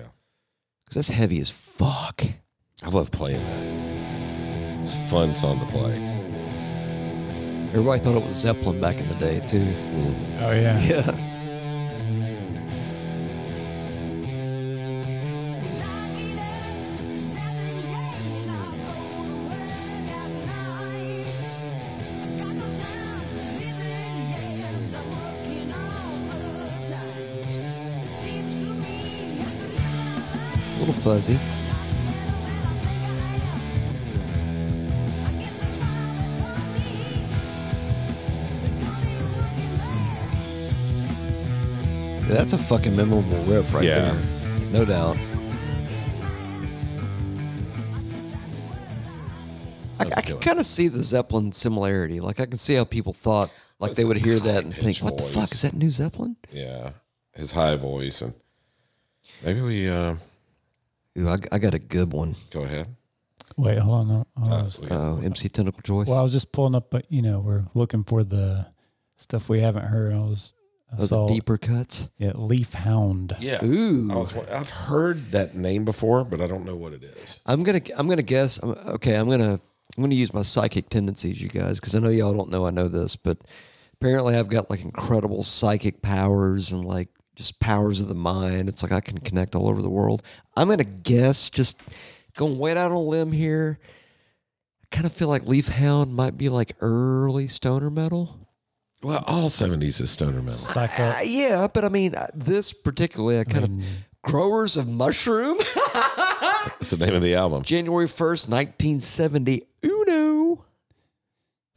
S1: because that's heavy as fuck.
S3: I love playing that. It's a fun song to play.
S1: Everybody thought it was Zeppelin back in the day too.
S4: Oh yeah.
S1: Yeah. A little fuzzy. Yeah, That's a fucking memorable riff right
S3: Yeah.
S1: there. No doubt. I,
S3: That's
S1: I
S3: a good
S1: can
S3: one.
S1: kind of see the Zeppelin similarity. Like, I can see how people thought, like, they would hear that and think,
S3: high-pitched
S1: what the
S3: voice.
S1: fuck? Is that new Zeppelin?
S3: Yeah, his high voice, and maybe we uh,
S1: Ooh, I, I got a good one.
S3: go ahead.
S4: Wait, hold on. No, I
S3: Uh,
S4: was-
S3: we-
S1: Oh, MC Tentacle Choice.
S4: well, I was just pulling up, but you know, we're looking for the stuff we haven't heard. I was
S3: Oh,
S4: I
S1: Those
S4: saw
S1: deeper cuts.
S4: yeah, Leaf Hound.
S3: yeah,
S1: Ooh.
S3: I was, I've heard that name before, but I don't know what it is.
S1: I'm gonna I'm gonna guess. I'm, okay, I'm gonna I'm gonna use my psychic tendencies, you guys, because I know y'all don't know I know this, but apparently I've got like incredible psychic powers and like just powers of the mind. It's like I can connect all over the world. I'm gonna guess, just going way out on a limb here. I kind of feel like Leaf Hound might be like early stoner metal.
S3: Well, all '70s is stoner metal.
S4: Psycho.
S1: Uh, yeah, but I mean uh, this particularly, I kind of growers of mushroom.
S3: That's the name of the album.
S1: January 1st, 1970. Uno.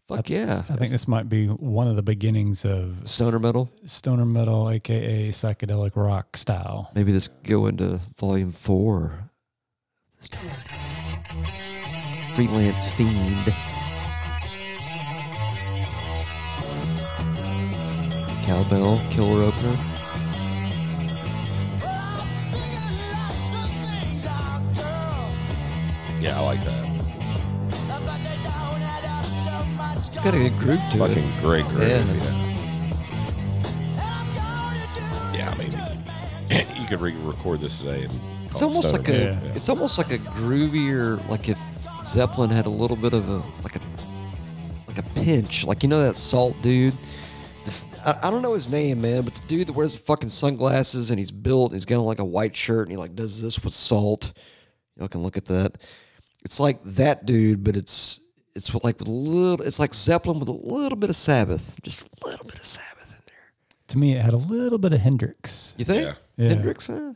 S1: Fuck yeah.
S4: I think this might be one of the beginnings of
S1: Stoner metal.
S4: stoner metal, aka psychedelic rock style.
S1: Maybe this could go into volume four. This time. Freelance Fiend. Cowbell, killer opener.
S3: Yeah, I like that.
S1: Got a good groove to
S3: Fucking
S1: it.
S3: great groove.
S1: Yeah.
S3: Yeah. yeah, I mean, you could re-record this today and.
S1: It's
S3: call it
S1: almost
S3: stoner
S1: like a
S3: metal.
S1: it's almost like a groovier like if Zeppelin had a little bit of a like a like a pinch, like you know that salt dude. I, I don't know his name, man, but the dude that wears fucking sunglasses and he's built, he's got like a white shirt and he like does this with salt. Y'all can look at that. It's like that dude, but it's it's with, like with a little. It's like Zeppelin with a little bit of Sabbath, just a little bit of Sabbath in there.
S4: To me, it had a little bit of Hendrix.
S1: You think
S4: Yeah. Yeah.
S1: Hendrix? Huh?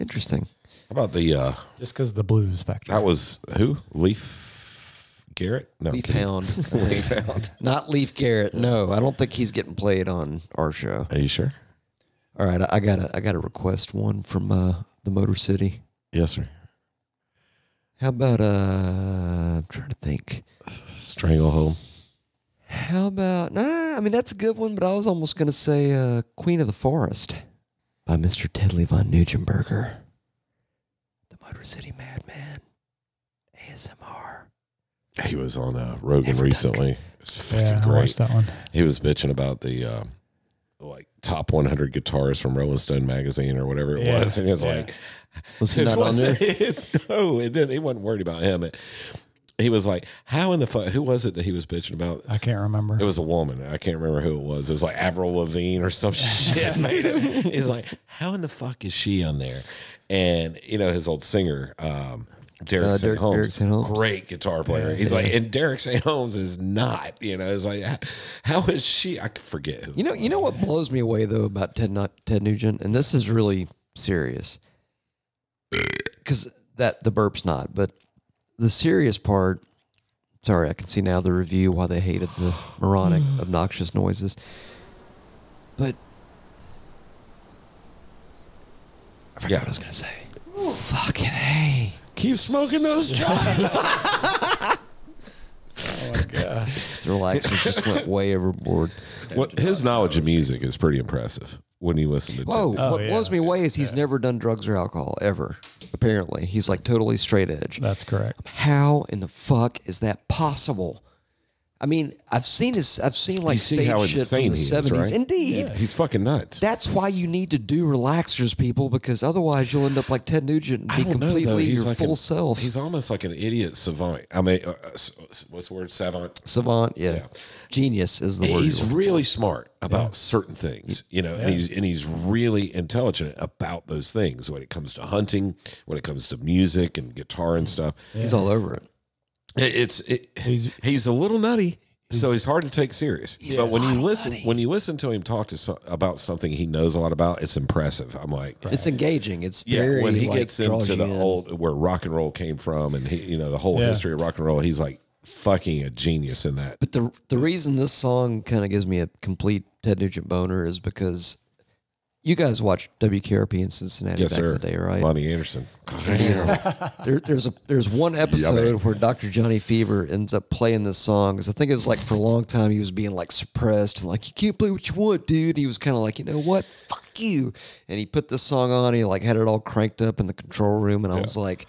S1: Interesting.
S3: about the uh
S4: Just because the blues factor.
S3: that was who? Leaf Garrett? No.
S1: Leaf
S3: kidding.
S1: Hound. Leaf Hound. Not Leaf Garrett. No, I don't think he's getting played on our show.
S3: Are you sure?
S1: All right, I, I gotta I gotta request one from uh, the Motor City.
S3: Yes, sir.
S1: How about uh I'm trying to think.
S3: Stranglehold.
S1: How about nah, I mean that's a good one, but I was almost gonna say uh Queen of the Forest by Mr. Tedley von Nugenberger. The Motor City Madman. ASMR.
S3: He was on uh, Rogan
S1: Never done
S3: recently. It's fucking
S4: yeah, I
S3: great.
S4: watched that one.
S3: He was bitching about the um, like top 100 guitarists from Rolling Stone magazine or whatever it
S4: Yeah,
S3: was, and he was
S4: yeah.
S3: like,
S1: Was he not on there?
S3: no, it didn't. He wasn't worried about him. It- he was like, "How in the fuck? Who was it that he was bitching about?"
S4: I can't remember.
S3: It was a woman. I can't remember who it was. It was like Avril Lavigne or some shit. Made it. He's like, "How in the fuck is she on there?" And you know his old singer, um, Derek,
S1: Uh,
S3: St.
S1: Derek-
S3: Holmes,
S1: Derek St. Holmes.
S3: great guitar player. He's like, and Derek St. Holmes is not. You know, it's like, how is she? I forget who.
S1: You know, you know what blows me away though about Ted Nu- Ted Nugent, and this is really serious, because that the burp's not, but the serious part. Sorry, I can see now the review why they hated the moronic, obnoxious noises. But I forgot what I was gonna say. Fucking hey!
S3: keep smoking those joints.
S1: The relaxers just went way overboard.
S3: what, his knowledge of music is pretty impressive when you listen to. Ted
S1: Whoa!
S4: Oh,
S1: what blows
S4: yeah.
S1: me away is he's never done drugs or alcohol ever. Apparently, he's like totally straight edge.
S4: That's correct.
S1: How in the fuck is that possible? I mean, I've seen his, I've seen like
S3: You see
S1: stage
S3: how
S1: shit from
S3: insane
S1: the
S3: he is,
S1: seventies.
S3: right?
S1: Indeed,
S3: He's fucking nuts.
S1: that's why you need to do relaxers, people, because otherwise you'll end up like Ted Nugent and
S3: I
S1: be
S3: don't know, though.
S1: completely your
S3: like
S1: full
S3: an-
S1: self.
S3: He's almost like an idiot savant. I mean, uh, uh, s- s- what's the word? Savant.
S1: Savant, yeah. genius is the word.
S3: He's really smart about certain things, you know, and he's and he's really intelligent about those things when it comes to hunting, when it comes to music and guitar and stuff.
S1: He's all over it.
S3: It- It's it,
S4: He's-
S3: he's a little nutty, so he's hard to take serious. But when you listen when you listen to him talk to so, about something he knows a lot about, it's impressive. I'm like,
S1: It's engaging. It's
S3: yeah,
S1: very
S3: when he
S1: like,
S3: gets
S1: draws
S3: into
S1: you
S3: the
S1: in.
S3: old where rock and roll came from, and he, you know the whole
S4: Yeah.
S3: history of rock and roll, he's like fucking a genius in that.
S1: But the the reason this song kind of gives me a complete Ted Nugent boner is because you guys watched WKRP in Cincinnati
S3: Yes,
S1: back
S3: sir.
S1: in the day, right?
S3: Lonnie Anderson.
S1: There, there's a there's one episode
S3: Yummy.
S1: where Dr. Johnny Fever ends up playing this song because I think it was like for a long time he was being like suppressed and like you can't play what you want, dude. He was kind of like you know what, fuck you, and he put this song on. He like had it all cranked up in the control room, and I was like,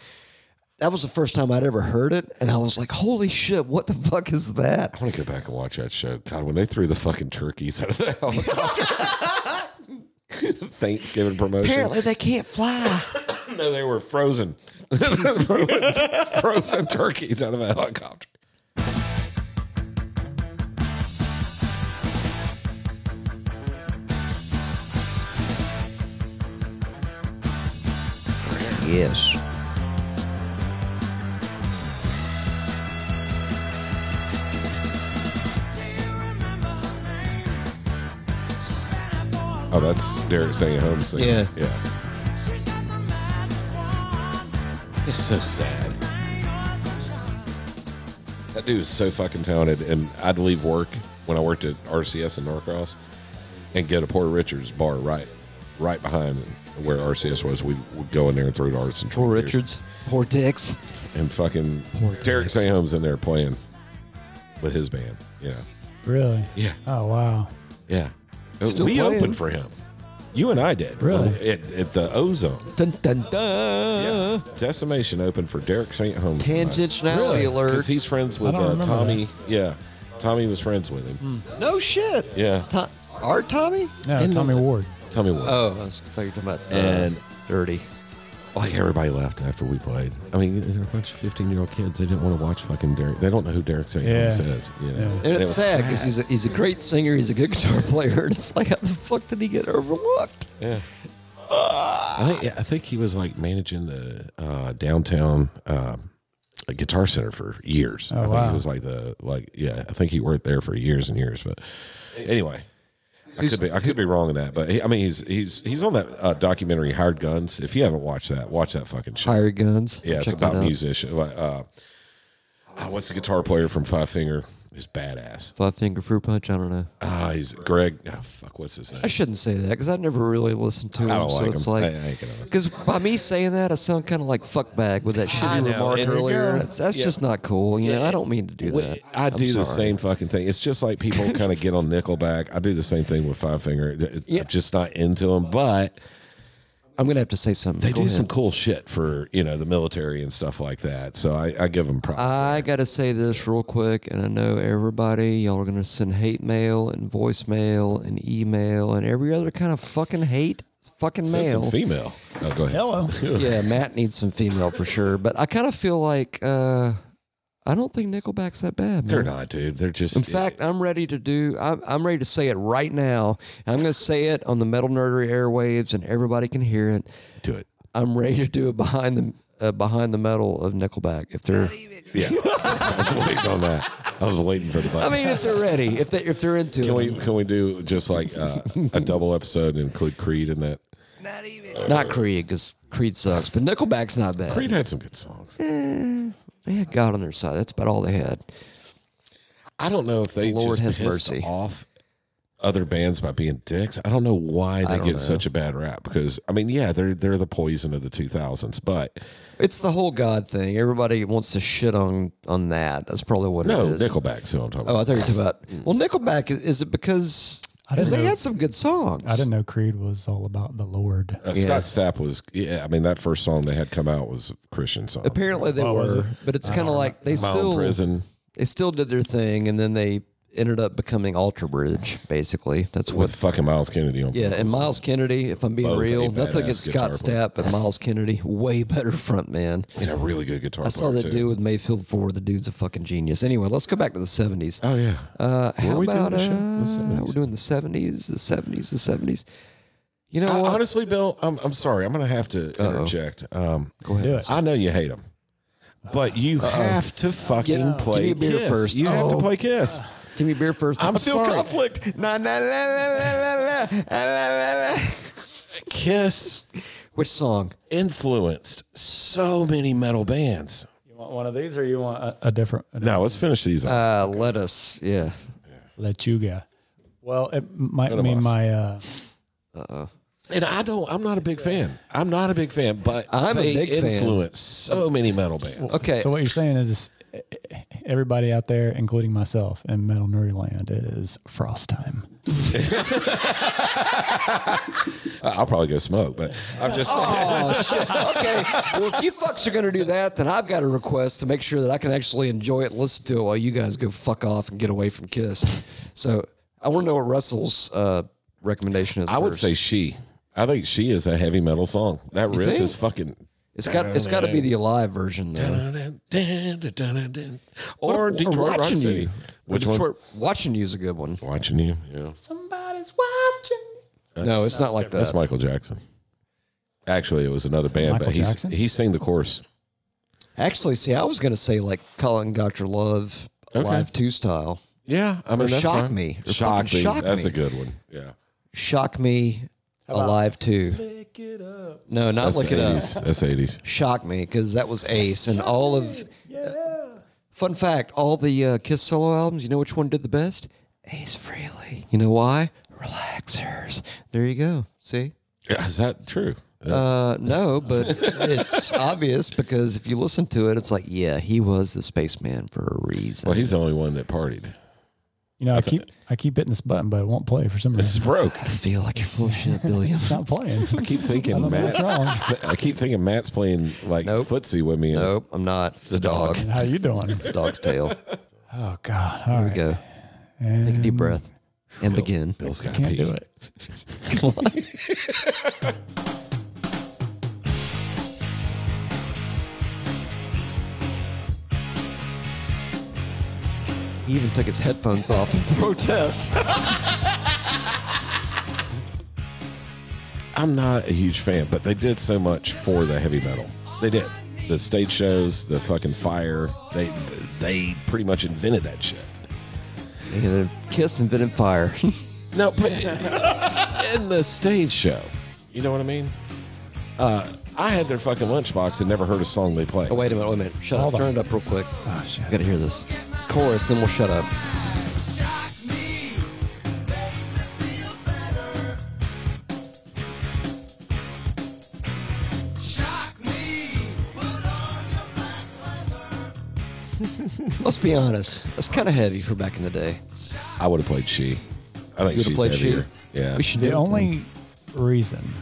S1: that was the first time I'd ever heard it, and I was like, holy shit, what the fuck is that?
S3: I want to go back and watch that show. God, when they threw the fucking turkeys out of the helicopter. Thanksgiving promotion.
S1: Apparently they can't fly.
S3: No, they were frozen. frozen turkeys out of a helicopter.
S1: yes.
S3: Oh, that's Derek saying home singing.
S1: Yeah.
S3: Yeah. It's so sad. That dude is so fucking talented. And I'd leave work when I worked at RCS in Norcross and go to Porter Richards bar right right behind where RCS was. We would go in there and throw darts and
S1: Poor
S3: beers.
S1: Richards. Poor Dix.
S3: and fucking Derek St. Holmes in there playing with his band. Yeah.
S4: Really?
S3: Yeah.
S4: Oh wow.
S3: Yeah.
S1: Still
S3: we
S1: playing.
S3: opened for him. You and I did.
S4: Really?
S3: At, at the Ozone.
S1: Dun dun dun.
S3: Decimation opened for Derek St. Holmes.
S1: Tangentiality
S4: Really?
S1: alert.
S3: Because he's friends with
S4: I don't
S3: uh,
S4: remember Hmm.
S3: Tommy. Yeah. Tommy was friends with him.
S1: No shit.
S3: Yeah.
S1: Tom, our Tommy?
S4: No, Tommy Ward.
S3: Tommy what?
S1: Oh, I was I thought you were talking about uh,
S3: And-
S1: dirty.
S3: Like everybody left after we played. I mean, there were a bunch of fifteen-year-old kids. They didn't want to watch fucking Derek. They don't know who Derek St. Holmes
S4: Yeah.
S3: is. You know?
S1: And
S3: It
S1: it's
S3: was
S1: sad because he's a, he's a great singer. He's a good guitar player. And it's like, how the fuck did he get overlooked?
S3: I think yeah, I think he was like managing the uh, downtown uh, guitar center for years. I think
S4: wow.
S3: he was like the like yeah. I think he worked there for years and years. But anyway, I could be I could be wrong in that. But he, I mean, he's he's he's on that uh, documentary Hired Guns. If you haven't watched that, watch that fucking shit.
S1: Hired guns.
S3: yeah, it's
S1: Check that
S3: about
S1: out.
S3: musician. Like, uh, ah, what's the guitar player from Five Finger? He's badass.
S1: Five Finger Fruit Punch. I don't know.
S3: Ah, he's Greg. ah, fuck, what's his name?
S1: I shouldn't say that because I never really listened to him.
S3: I don't
S1: so
S3: like
S1: it's
S3: him.
S1: like,
S3: I- I ain't gonna-
S1: because by me saying that, I sound kind of like fuckbag with that shitty remark
S3: and-
S1: earlier. It's, that's
S3: Yeah.
S1: just not cool. You know, I don't mean to do
S3: Wait,
S1: that.
S3: I
S1: I'm
S3: do the
S1: sorry.
S3: same fucking thing. It's just like people kind of get on Nickelback. I do the same thing with Five Finger. It- it-
S1: Yeah.
S3: I'm just not into them, but
S1: I'm gonna have to say something.
S3: they
S1: Go
S3: do
S1: ahead.
S3: some cool shit for you know the military and stuff like that. So I, I give them props.
S1: I gotta say this real quick, and I know everybody, y'all are gonna send hate mail and voicemail and email and every other kind of fucking hate, fucking
S3: Send
S1: mail.
S3: some female. Oh, go ahead.
S4: Hello.
S1: yeah, Matt needs some female for sure. But I kind of feel like uh, I don't think Nickelback's that bad.
S3: They're
S1: man.
S3: not, dude. They're just.
S1: In fact, I'm ready to do. I'm, I'm ready to say it right now. I'm going to say it on the Metal Nerdery airwaves, and everybody can hear it.
S3: do it.
S1: I'm ready to do a behind the uh, behind the metal of Nickelback. If they're,
S3: Yeah, I was waiting on that. I was waiting for the
S1: I
S3: button.
S1: mean, if they're ready, if they if they're into
S3: can we
S1: it,
S3: can we do just like uh, a double episode and include Creed in that?
S2: Not even.
S1: not Creed because Creed sucks, but Nickelback's not bad.
S3: Creed had some good songs.
S1: They had God on their side. That's about all they had.
S3: I don't know if they
S1: Lord
S3: just
S1: has
S3: pissed
S1: mercy.
S3: off other bands by being dicks. I don't know why they
S1: don't
S3: get
S1: know.
S3: such a bad rap because I mean, yeah, they're they're the poison of the 2000s, but
S1: It's the whole God thing. Everybody wants to shit on on that. That's probably what
S3: no,
S1: it is.
S3: Nickelback's who I'm talking
S1: Oh, I
S3: about.
S1: thought you were talking about. Well, Nickelback is, is it because
S4: I didn't
S1: because they
S4: know.
S1: had some good songs.
S4: I didn't know Creed was all about the Lord.
S3: Uh, Scott Stapp was, yeah. I mean, that first song they had come out was a Christian song.
S1: Apparently they
S4: What was
S1: were,
S4: it?
S1: but it's kind of like they
S3: Mile in
S1: still
S3: prison
S1: they still did their thing, and then they ended up becoming Ultra Bridge. Basically, that's what.
S3: with fucking Miles Kennedy on.
S1: yeah, and Miles Kennedy. If I'm being
S3: Both a
S1: real, nothing
S3: badass
S1: against Scott
S3: guitar
S1: Stapp, but Miles Kennedy, way better front man.
S3: and a really good guitar.
S1: I saw
S3: player,
S1: that
S3: too.
S1: dude with Mayfield Ford. The dude's a fucking genius. Anyway, let's go back to the '70s.
S3: Oh yeah,
S1: Uh, how
S3: we doing
S1: about
S3: this show? The
S1: uh,
S3: 70s?
S1: we're doing the '70s, the '70s, the '70s. You know
S3: I-
S1: what?
S3: honestly, Bill, I'm I'm sorry. I'm gonna have to interject. Um,
S1: go ahead.
S4: Do it.
S3: I know you hate them, but you have to fucking
S1: Give-
S3: play
S1: give me a beer
S3: Kiss.
S1: first.
S3: You have to
S1: Oh.
S3: play Kiss.
S1: Give me beer first.
S3: I'm
S1: I feel
S3: sorry.
S1: conflict.
S3: Na, na, na, na, na, na, na, na, na, na. Kiss
S1: Which song?
S3: influenced so many metal bands.
S4: You want one of these or you want a, a different? a
S3: Now let's finish these. Up.
S1: Uh, let us. Yeah.
S4: Lechuga. Well, it might
S3: None of
S4: mean
S3: us.
S4: my. Uh,
S3: and I don't. I'm not a big fan. I'm not a big fan. But
S1: I'm a
S3: they
S1: big fan.
S3: influenced so many metal bands.
S1: Okay.
S4: So what you're saying is, is everybody out there, including myself in Metal Nerdy Land, it is frost time.
S3: I- I'll probably go smoke, but I'm just saying.
S1: Oh shit. Okay. Well, if you fucks are gonna do that, then I've got a request to make sure that I can actually enjoy it, and listen to it while you guys go fuck off and get away from Kiss. So I want to know what Russell's uh, recommendation is.
S3: I would
S1: first.
S3: say she. I think she is a heavy metal song. That riff
S1: think?
S3: is fucking.
S1: it's got it's got to be the alive version though.
S3: Or Detroit Rock
S1: watching
S3: City.
S1: you.
S3: Which one?
S1: Detroit, Watching you is a good one.
S3: Watching you. Yeah.
S4: Somebody's watching.
S1: no, it's not like that.
S3: That's Michael Jackson. Actually, it was another band,
S4: Michael
S3: but he's
S4: Jackson?
S3: he sang the chorus.
S1: Actually, see, I was gonna say like Colin Got Your Love,
S3: Okay.
S1: Live Two style.
S3: Yeah, I mean,
S1: Or
S3: that's
S1: Shock
S3: fine.
S1: Me. Or
S3: shock
S1: fucking
S3: me.
S1: Shock
S3: that's
S1: Me.
S3: a good one. Yeah,
S1: Shock Me, Alive Too. Lick it up. No, not
S3: that's
S1: Lick It Up.
S3: 80s. That's eighties.
S1: Shock Me because that was Ace and all of. fun fact: all the uh, Kiss solo albums. You know which one did the best? Ace Frehley. You know why? Relaxers. There you go. See.
S3: Yeah, is that true?
S1: Uh, no, but it's obvious because if you listen to it, it's like, yeah, he was the spaceman for a reason.
S3: well, he's the only one that partied.
S4: You know, I keep I keep hitting this button, but it won't play for some
S3: This is
S4: reason.
S3: broke.
S1: I feel like you're full of shit, Billion.
S4: It's not playing.
S3: I keep thinking
S4: don't know
S3: Matt's.
S4: what's wrong.
S3: I keep thinking Matt's playing like
S1: Nope.
S3: footsie with me. And
S1: nope, I'm not. It's the dog.
S4: How you doing?
S1: The dog's tail.
S4: Oh God! All
S1: Here we
S4: right,
S1: go. Take a deep breath and begin.
S3: Bill's got
S4: Can't
S3: pee.
S4: do it.
S1: He even took his headphones off in protest.
S3: I'm not a huge fan, but they did so much for the heavy metal. They did the stage shows, the fucking fire. They they pretty much invented that shit.
S1: You know, Kiss invented fire.
S3: No, but in the stage show, you know what I mean. Uh, I had their fucking lunchbox and never heard a song they played.
S1: oh, wait a minute, wait a minute. Shut
S4: Hold
S1: up.
S4: on.
S1: Turn it up real quick.
S4: Oh, shit.
S1: I gotta hear this. Chorus, then we'll shut up. Let's be honest. That's kind of heavy for back in the day.
S3: I would have played she. I think
S1: You would've
S3: she's
S1: played
S3: heavier. Yeah,
S1: We should do
S4: The
S1: it then.
S4: only reason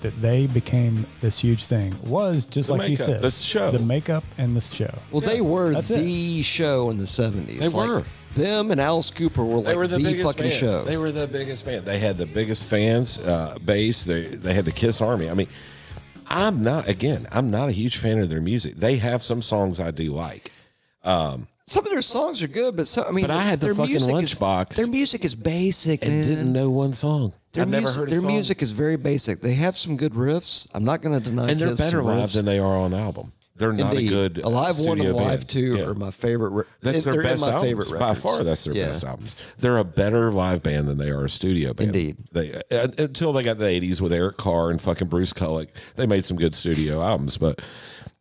S4: that they became this huge thing was just
S3: The
S4: like you
S3: makeup,
S4: said,
S3: the show.
S4: the makeup and the show.
S1: Well, they were
S4: that's
S1: the show in the seventies.
S3: They were.
S1: Them and Alice Cooper were like
S3: they were the, biggest
S1: fucking
S3: band.
S1: show.
S3: They were the biggest band. They had the biggest fans uh, base. They they had the Kiss Army. I mean, I'm not again. I'm not a huge fan of their music. They have some songs I do like.
S1: some of their songs are good, but some, I mean,
S3: But I had the
S1: their
S3: fucking
S1: music is-
S3: lunchbox.
S1: Their music is basic
S3: And
S1: man.
S3: didn't know one song.
S1: Their
S3: I've never
S1: music,
S3: heard a
S1: their
S3: song.
S1: music is very basic. They have some good riffs. I'm not going to deny.
S3: and they're
S1: Kiss some
S3: better live
S1: riffs.
S3: than they are on album. They're not a
S1: Indeed.
S3: good uh,
S1: Alive One
S3: studio
S1: and Alive
S3: band.
S1: Two
S3: Yeah.
S1: are my favorite. re-
S3: That's
S1: they're
S3: their
S1: in
S3: best
S1: my
S3: albums
S1: favorite
S3: by
S1: records.
S3: far. That's their
S1: Yeah.
S3: best albums. They're a better live band than they are a studio band.
S1: Indeed.
S3: They uh, until they got the '80s with Eric Carr and fucking Bruce Kulick, they made some good studio albums, but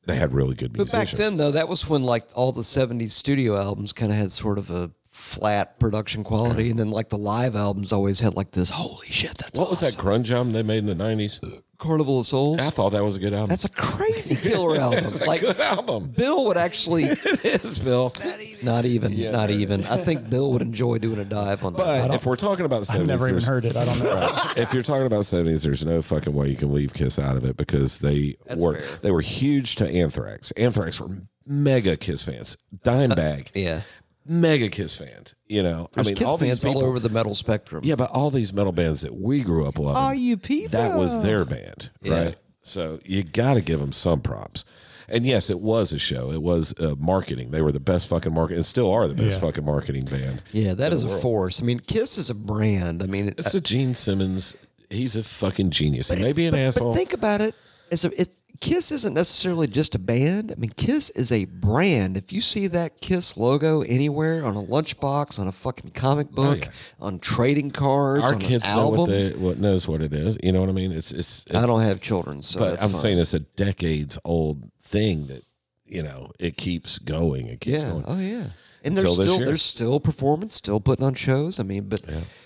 S3: they had really good
S1: But back
S3: musicians.
S1: then, though, that was when like all the '70s studio albums kind of had sort of a flat production quality, and then like the live albums always had like this. Holy shit! That's
S3: what was that grunge album they made in the '90s?
S1: Carnival of Souls.
S3: I thought that was a good album.
S1: That's a crazy killer album. like
S3: good album.
S1: Bill would actually
S3: It is, Bill.
S1: not even not even. I think Bill would enjoy doing a dive on that.
S3: But if we're talking about,
S4: I've
S3: 70s,
S4: never even
S3: there's-
S4: heard it. I don't know.
S3: if you're talking about 70s, there's no fucking way you can leave Kiss out of it because they were
S1: fair.
S3: they were huge to Anthrax. Anthrax were mega Kiss fans. Dimebag,
S1: Yeah.
S3: mega Kiss fans. You know,
S1: There's
S3: I mean,
S1: Kiss
S3: all these
S1: fans
S3: people.
S1: all over the metal spectrum.
S3: yeah, but all these metal bands that we grew up loving,
S1: All you people.
S3: that was their band,
S1: Yeah.
S3: right? So you got to give them some props. And yes, it was a show. It was uh, marketing. They were the best fucking market, and still are the best
S4: Yeah.
S3: fucking marketing band.
S1: Yeah, that is a force. I mean, Kiss is a brand. I mean, uh,
S3: It's a Gene Simmons. He's a fucking genius. He may be an
S1: but,
S3: asshole.
S1: But think about it. It's a, it Kiss isn't necessarily just a band. I mean, Kiss is a brand. If you see that Kiss logo anywhere on a lunchbox, on a fucking comic book,
S3: Oh, yeah.
S1: on trading cards,
S3: our
S1: on
S3: kids
S1: an
S3: know
S1: album,
S3: what they what knows what it is. You know what I mean? It's it's.
S1: I
S3: it's-
S1: don't have children, so
S3: but
S1: that's
S3: I'm
S1: fine.
S3: saying it's a decades old thing that you know it keeps going. It keeps
S1: yeah.
S3: going.
S1: Oh yeah. And
S3: Until
S1: there's
S3: this
S1: still
S3: year.
S1: there's still performing, still putting on shows. I mean, but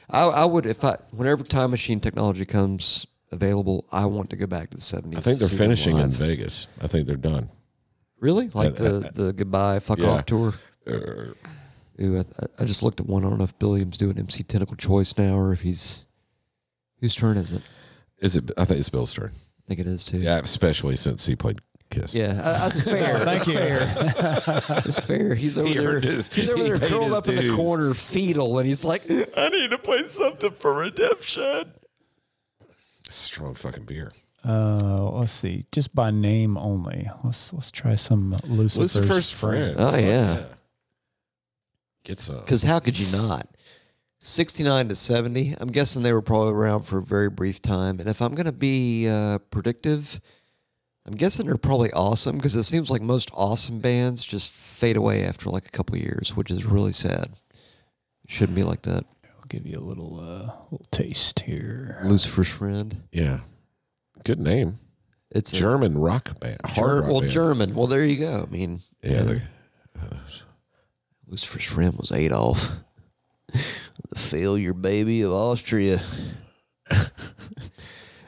S1: I, I would if I whenever time machine technology comes available, I want to go back to the seventies.
S3: I think they're finishing in Vegas. I think they're done.
S1: Really? Like the, the goodbye fuck
S3: Yeah. Uh.
S1: off tour? Ooh, I, I- I just looked at one. I don't know if Billiam's doing MC Tentacle Choice now or if he's. Whose turn is it? I
S3: Is it? I think it's Bill's turn.
S1: think it is too.
S3: Yeah, especially since he played Kiss.
S1: Yeah, uh, that's fair.
S4: Thank you.
S1: That's fair. He's over
S3: He
S1: there.
S3: earned his-
S1: he's over
S3: he
S1: there
S3: paid
S1: curled
S3: his
S1: up in the
S3: dues.
S1: corner, fetal, and he's like,
S3: I need to play something for redemption. Strong fucking beer.
S4: Uh, let's see. Just by name only. Let's let's try some Lucifer's,
S3: Lucifer's
S4: friend.
S3: friend.
S1: "Oh
S3: Fuck
S1: yeah,"
S3: Get some.
S1: because how could you not? Sixty-nine to seventy. I'm guessing they were probably around for a very brief time. And if I'm gonna be uh, predictive, I'm guessing they're probably awesome because it seems like most awesome bands just fade away after like a couple years, which is really sad. Shouldn't be like that.
S4: I'll give you a little uh little taste here.
S1: Lucifer's friend.
S3: Yeah. Good name.
S1: It's a-
S3: German rock band. Hard
S1: Ger-
S3: rock
S1: well,
S3: band.
S1: German. Well, there you go. I mean,
S3: Yeah. they-
S1: Lucifer's friend was Adolf, the failure baby of Austria.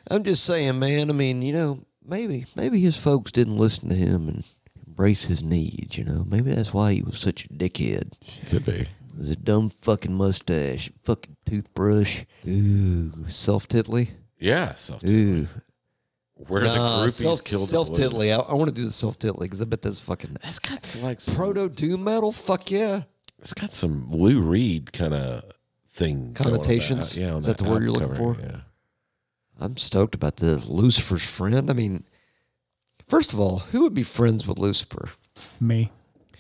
S1: I'm just saying, man. I mean, you know, maybe maybe his folks didn't listen to him and embrace his needs. You know, maybe that's why he was such a dickhead.
S3: Could be.
S1: It was a dumb fucking mustache, fucking toothbrush, ooh, self tiddly,
S3: Yeah. Self
S1: ooh.
S3: Where the groupies
S1: self,
S3: killed
S1: self
S3: the blues.
S1: tiddly. I, I want to do the self tiddly because I bet that's fucking
S3: That's got some, like some,
S1: proto doom metal. Fuck yeah.
S3: it's got some Lou Reed kind of thing. going on that-
S1: Connotations?
S3: yeah. on
S1: Is that the word you're
S3: album
S1: looking
S3: cover, Yeah.
S1: I'm stoked about this. Lucifer's friend. I mean, first of all, who would be friends with Lucifer?
S4: Me.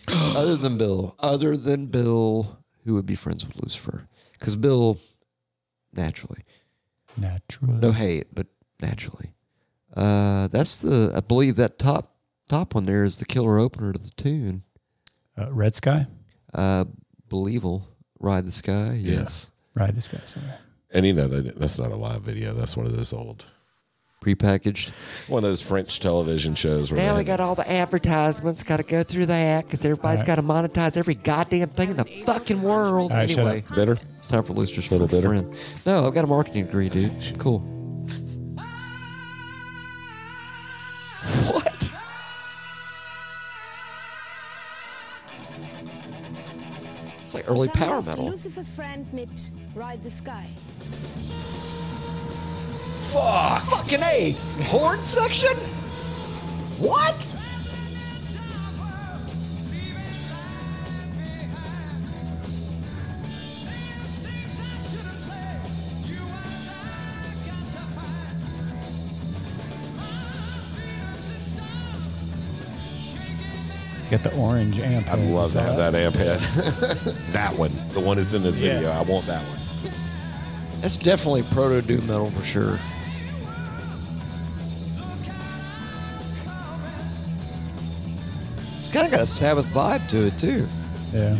S1: other than Bill, other than Bill, who would be friends with Lucifer? Because Bill, naturally,
S4: Natural.
S1: no hate, but naturally, uh, that's the I believe that top top one there is the killer opener to the tune.
S4: Uh, Red Sky.
S1: Uh, Believal, ride the sky.
S3: Yeah.
S1: Yes,
S4: Ride this guy somewhere.
S3: And you know that that's not a live video. That's one of those old,
S1: prepackaged.
S3: one of those French television shows. Where they
S9: Now we
S3: had-
S9: got all the advertisements, got to go through that because everybody's got to monetize every goddamn thing in the fucking world.
S4: All right, shut
S1: anyway,
S3: bitter.
S1: it's time for Lucifer's
S3: Little bitter.
S1: friend. No, I've got a marketing degree, dude. Cool. What? It's like early power metal.
S10: Lucifer's friend Mitt, ride the sky.
S1: Fucking A! Horn section? What?
S4: He's got the orange amp.
S3: I
S4: head.
S3: love
S4: Is that
S3: that that amp head. that one, the one that's in this video. I want that one.
S1: That's definitely proto doom metal for sure. It's kind of got a Sabbath vibe to it too.
S4: Yeah.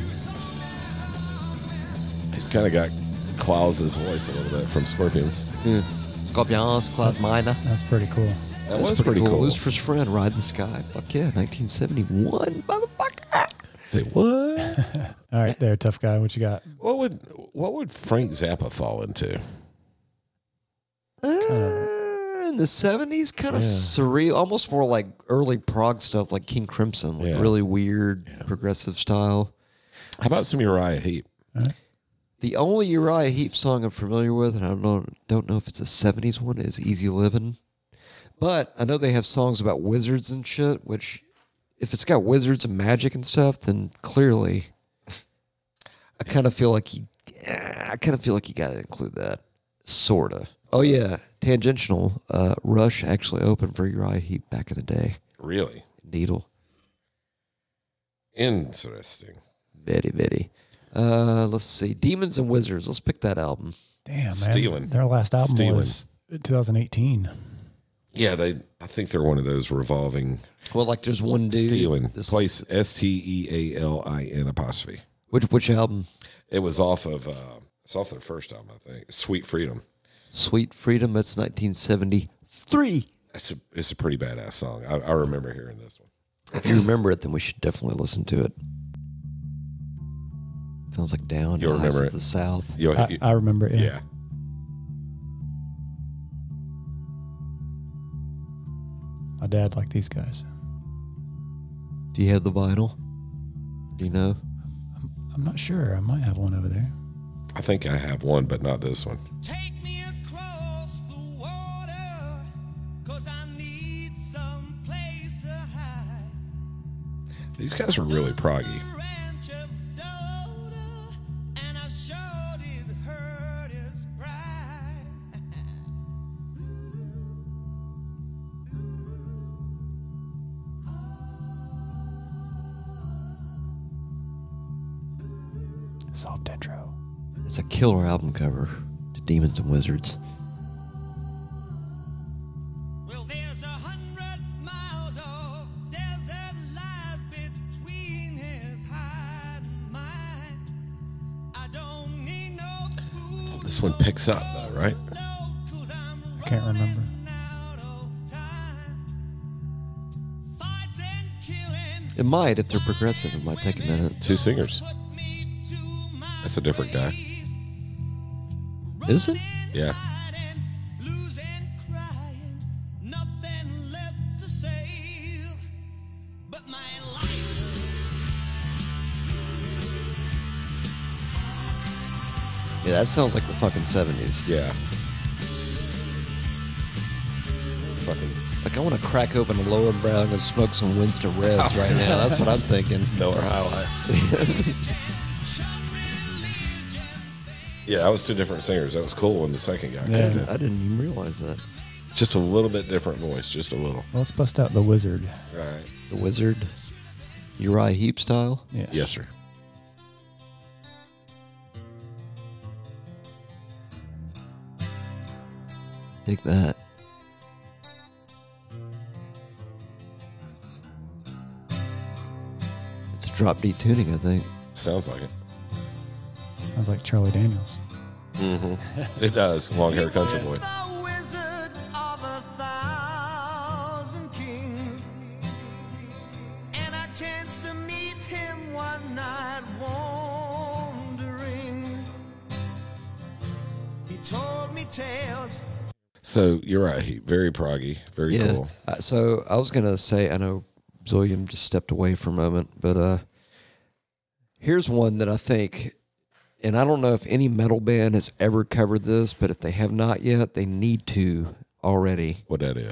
S3: He's kind of got Klaus's voice a little bit from Scorpions.
S1: Scorpions, Klaus Minor.
S4: That's pretty cool.
S3: That was pretty cool.
S1: Lucifer's friend, Ride the Sky. Fuck yeah, 1971, motherfucker.
S3: Say what?
S4: All right, there, tough guy. What you got?
S3: what would what would Frank Zappa fall into?
S1: Uh, in the 70s, kind of
S3: Yeah.
S1: surreal, almost more like early prog stuff, like King Crimson, like
S3: Yeah.
S1: really weird progressive style.
S3: How about some Uriah Heep?
S1: The only Uriah Heep song I'm familiar with, and I don't know, don't know if it's a 70s one, is Easy Livin'. But I know they have songs about wizards and shit, which if it's got wizards and magic and stuff, then clearly I kind of feel like you I kind of feel like you got to include that sort of. Oh yeah, tangential. Uh, Rush actually opened for Uriah Heep back in the day.
S3: Really
S1: Needle.
S3: interesting.
S1: Very, very. Uh, let's see. Demons and Wizards. Let's pick that album.
S4: Damn, man.
S3: Stealing.
S4: Their last album
S3: Stealing.
S4: was 2018.
S3: Yeah, they. I think they're one of those revolving
S1: Well, like there's one dude.
S3: stealing.
S1: This-
S3: Place S T E A L I N apostrophe.
S1: Which which album?
S3: It was off of uh, it's off their first album, I think. Sweet Freedom.
S1: Sweet Freedom. That's 1973.
S3: It's a it's a pretty badass song. I, I remember hearing this one.
S1: If you remember it, then we should definitely listen to it. Sounds like down.
S3: You'll
S1: Eyes
S3: remember
S1: of
S3: it.
S1: The South.
S3: Yo,
S4: I,
S3: you-
S4: I remember it.
S3: yeah.
S4: Uh, Yeah. My dad liked these guys.
S1: Do you have the vinyl? Do you know?
S4: I'm not sure. I might have one over there.
S3: I think I have one, but not this one.
S8: Take me across the water, cause I need some place to hide.
S3: These guys are really proggy.
S8: The ranch of Dodo, and I sure did hurt his pride.
S4: Soft intro.
S1: It's a killer album cover to Demons and Wizards.
S8: Well, there's a hundred miles of desert lies between his heart and mine. I don't need no food,
S3: This one picks up though, right?
S8: no, cause I'm
S4: I can't remember.
S8: running out of time. Fights and killing
S1: It might, if they're progressive, it might take a minute.
S3: Two singers.
S8: put me to my
S3: That's a different guy.
S8: knees,
S1: Is it?
S3: Yeah.
S8: hiding, losing, crying, nothing left to say but my life.
S1: Yeah, that sounds like the fucking 70s.
S3: Yeah. Fucking
S1: Like, I want to crack open a lower brown and smoke some Winston Reds right now. That's what I'm thinking.
S3: Miller Highlight. yeah, that was two different singers. That was cool when the second guy
S4: Yeah.
S3: came in.
S1: I didn't even realize that.
S3: Just a little bit different voice, just a little.
S4: Well, let's bust out the wizard.
S3: Right.
S1: The Wizard. Uriah Heep style?
S4: Yes.
S3: Yes, sir.
S1: Take that. It's a drop D tuning, I think.
S3: Sounds like it.
S4: Sounds like Charlie Daniels.
S3: Mm-hmm. it does. Long hair country boy.
S8: And I chanced to meet him one night wandering. He told me tales.
S3: So you're right. He- Very proggy. Very
S1: yeah.
S3: cool.
S1: Uh, so I was gonna say, I know William just stepped away for a moment, but uh, here's one that I think, and I don't know if any metal band has ever covered this, but if they have not yet, they need to already.
S3: What that is?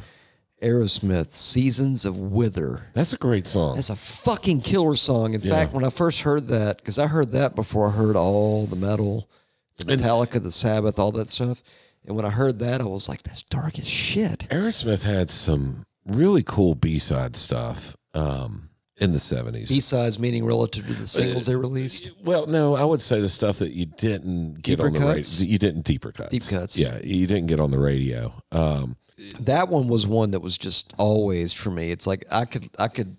S1: Aerosmith, "Seasons of Wither."
S3: That's a great song.
S1: That's a fucking killer song. In fact, when I first heard that, because I heard that before I heard all the metal, the Metallica, the Sabbath, all that stuff. And when I heard that, I was like, that's dark as shit.
S3: Aerosmith had some really cool B side stuff um, in the 70s.
S1: B-sides meaning relative to the singles they released.
S3: Well, no, I would say the stuff that you didn't get
S1: Deeper
S3: on the
S1: cuts?
S3: radio. You didn't deeper cuts.
S1: Deep cuts.
S3: Yeah, you didn't get on the radio. Um,
S1: That one was one that was just always for me. It's like I could I could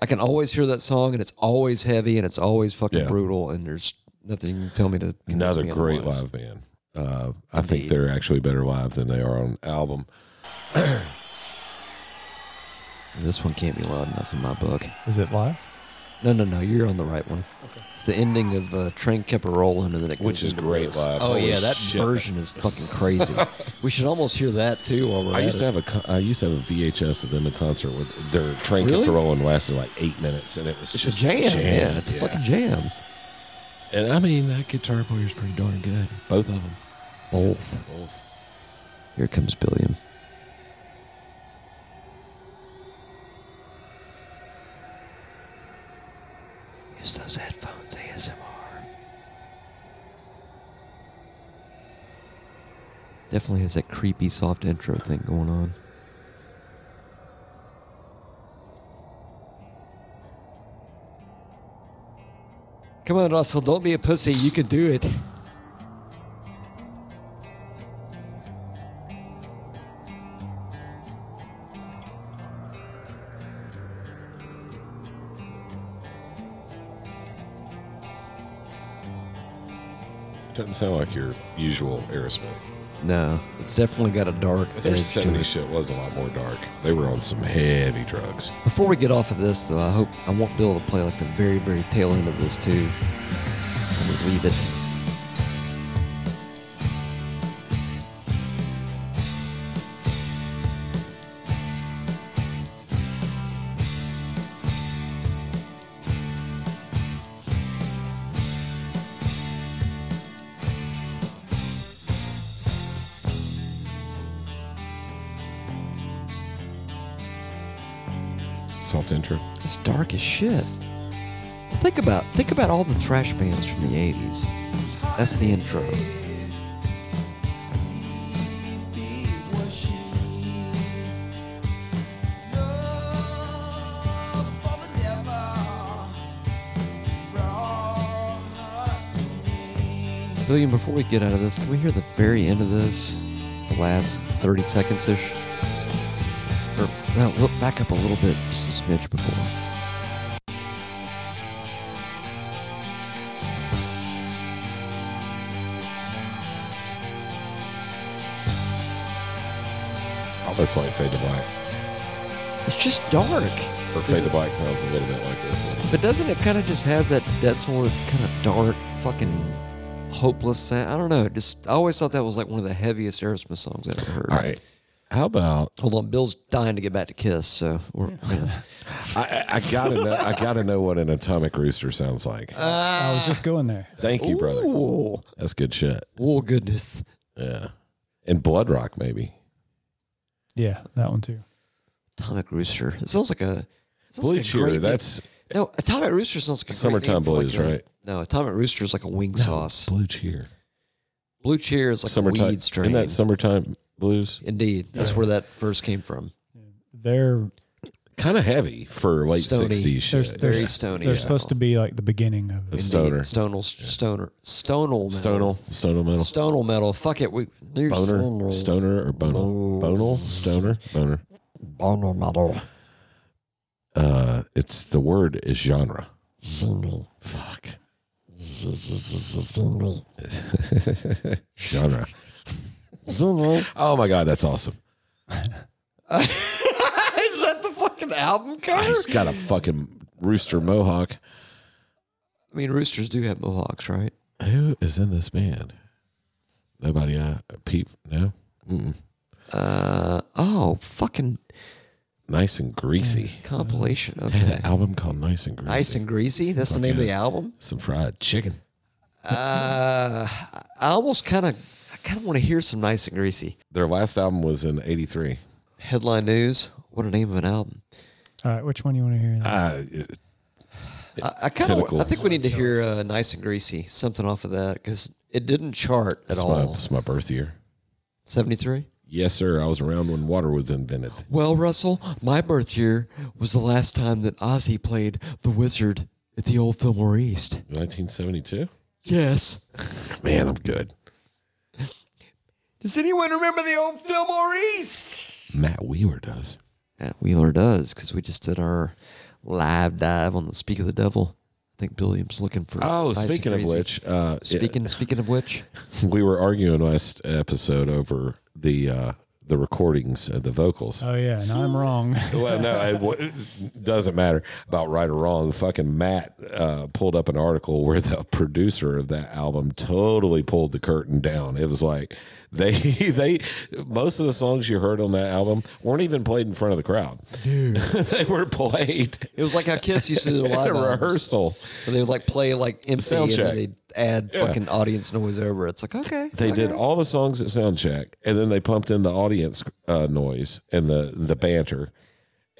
S1: I can always hear that song and it's always heavy and it's always fucking
S3: Yeah.
S1: brutal and there's nothing you can tell me to convince
S3: another
S1: me
S3: great
S1: otherwise.
S3: live band. Uh, I think they're actually better live than they are on album.
S1: This one can't be loud enough in my book.
S4: Is it live?
S1: No, no, no. You're on the right one. It's the ending of uh, Train Kept a Rolling, and then it goes
S3: Which is
S1: into
S3: great
S1: this.
S3: live.
S1: Oh
S3: Holy
S1: yeah, that
S3: shit.
S1: version is fucking crazy. we should almost hear that too. While we're
S3: I
S1: at
S3: used to
S1: it.
S3: have a co- I used to have a VHS of them in concert with their train
S1: Really?
S3: kept rolling lasted like eight minutes and it was
S1: It's a
S3: just
S1: jam. Yeah, it's a fucking jam.
S3: And I mean that guitar player's pretty darn good. Both of them.
S1: Both.
S3: Both.
S1: Here comes Billiam. Use those headphones, ASMR. Definitely has that creepy soft intro thing going on. Come on, Russell, don't be a pussy. You can do it.
S3: Doesn't sound like your usual Aerosmith.
S1: No, it's definitely got a dark
S3: But their
S1: edge to
S3: seventy
S1: it.
S3: shit was a lot more dark. They were on some heavy drugs.
S1: Before we get off of this, though, I hope I want Bill to play like the very, very tail end of this too. Before we leave it.
S3: Soft intro.
S1: It's dark as shit. Think about think about all the thrash bands from the '80s. That's the intro. William, before we get out of this, can we hear the very end of this? The last 30 seconds ish? Or, no, look back up a little bit, just a smidge before.
S3: Almost like Fade to Black.
S1: It's just dark.
S3: Or
S1: Is
S3: Fade
S1: it-
S3: to Black sounds a little bit like this.
S1: But doesn't it kind of just have that desolate, kind of dark, fucking hopeless sound? I don't know. It Just I always thought that was like one of the heaviest Aerosmith songs I've ever heard.
S3: All right. How about
S1: Hold on, Bill's dying to get back to Kiss, so we're gonna.
S3: I, I I gotta know I gotta know what an atomic rooster sounds like.
S1: Uh,
S4: I was just going there.
S3: Thank you, brother.
S1: oh,
S3: That's good shit.
S1: oh goodness!
S3: Yeah. And Blood Rock maybe.
S4: Yeah, that one too.
S1: Atomic Rooster. It sounds like a it sounds
S3: Blue
S1: like a
S3: Cheer,
S1: great name.
S3: that's
S1: no Atomic Rooster sounds like a great
S3: Summertime
S1: name for like
S3: Blues,
S1: a-
S3: right?
S1: No, Atomic Rooster is like a wing sauce.
S3: Blue Cheer.
S1: Blue Cheer is like a
S3: summertime.
S1: weed strain.
S3: Isn't that summertime blues?
S1: Indeed, that's where that first came from.
S4: Their
S3: kind of heavy for late
S1: Stony.
S3: 60s
S1: They're-
S3: shit.
S1: they're Very stony
S4: They're
S1: yeah.
S4: supposed to be like the beginning of
S3: The
S4: it.
S3: stoner.
S1: Stonal, stoner, stonal,
S3: Stonal,
S1: metal.
S3: stonal metal.
S1: stonal metal. Fuck it, we there's
S3: Boner,
S1: stonal.
S3: stoner, or bonal? Bonal, stoner, boner.
S1: Boner metal.
S3: Uh, it's the word is genre.
S1: Genre.
S3: Fuck.
S1: Genre.
S3: genre.
S1: Genre.
S3: Oh my god, that's awesome.
S1: Is that the fucking album cover?
S3: I just got a fucking rooster mohawk.
S1: I mean, roosters do have mohawks, right?
S3: Who is in this band? Nobody. Uh, peep. No. Mm-mm.
S1: Uh oh, fucking
S3: Nice and greasy.
S1: compilation.
S3: They had
S1: Okay,
S3: an album called Nice and Greasy.
S1: nice and greasy. That's the
S3: Fuck
S1: name of
S3: yeah.
S1: the album.
S3: Some fried chicken.
S1: Uh, I almost kind of, I kind of want to hear some nice and greasy.
S3: Their last album was in '83.
S1: Headline news. What a name of an album.
S4: All right, which one you want to hear?
S3: Uh,
S1: I, I kind of,
S3: Tentacles.
S1: I think we need to hear uh, nice and greasy, something off of that, because it didn't chart at
S3: it's, my,
S1: all.
S3: it's my birth year.
S1: Seventy three.
S3: Yes, sir. I was around when water was invented.
S1: Well, Russell, my birth year was the last time that Ozzy played the Wizard at the Old Fillmore East.
S3: 1972.
S1: Yes.
S3: Man, I'm good.
S1: Does anyone remember the Old Fillmore East?
S3: Matt Wheeler does.
S1: Matt Wheeler does, because we just did our live dive on the Speak of the Devil. I think Billiam's looking for.
S3: Oh,
S1: nice and
S3: speaking of
S1: greasy.
S3: which, uh,
S1: speaking speaking of which,
S3: we were arguing last episode over the uh, the recordings of the vocals.
S4: Oh yeah, and I'm wrong.
S3: well, no, it, wa- it doesn't matter about right or wrong. Fucking Matt uh, pulled up an article where the producer of that album totally pulled the curtain down. It was like they they most of the songs you heard on that album weren't even played in front of the crowd. they were played
S1: it was like how Kiss used to do the
S3: at
S1: live
S3: a
S1: albums.
S3: rehearsal.
S1: Where They would like play like empty
S3: Sound
S1: and
S3: check.
S1: then they'd add
S3: Yeah.
S1: fucking audience noise over. it. It's like okay,
S3: They did all the songs at soundcheck, and then they pumped in the audience uh, noise and the the banter.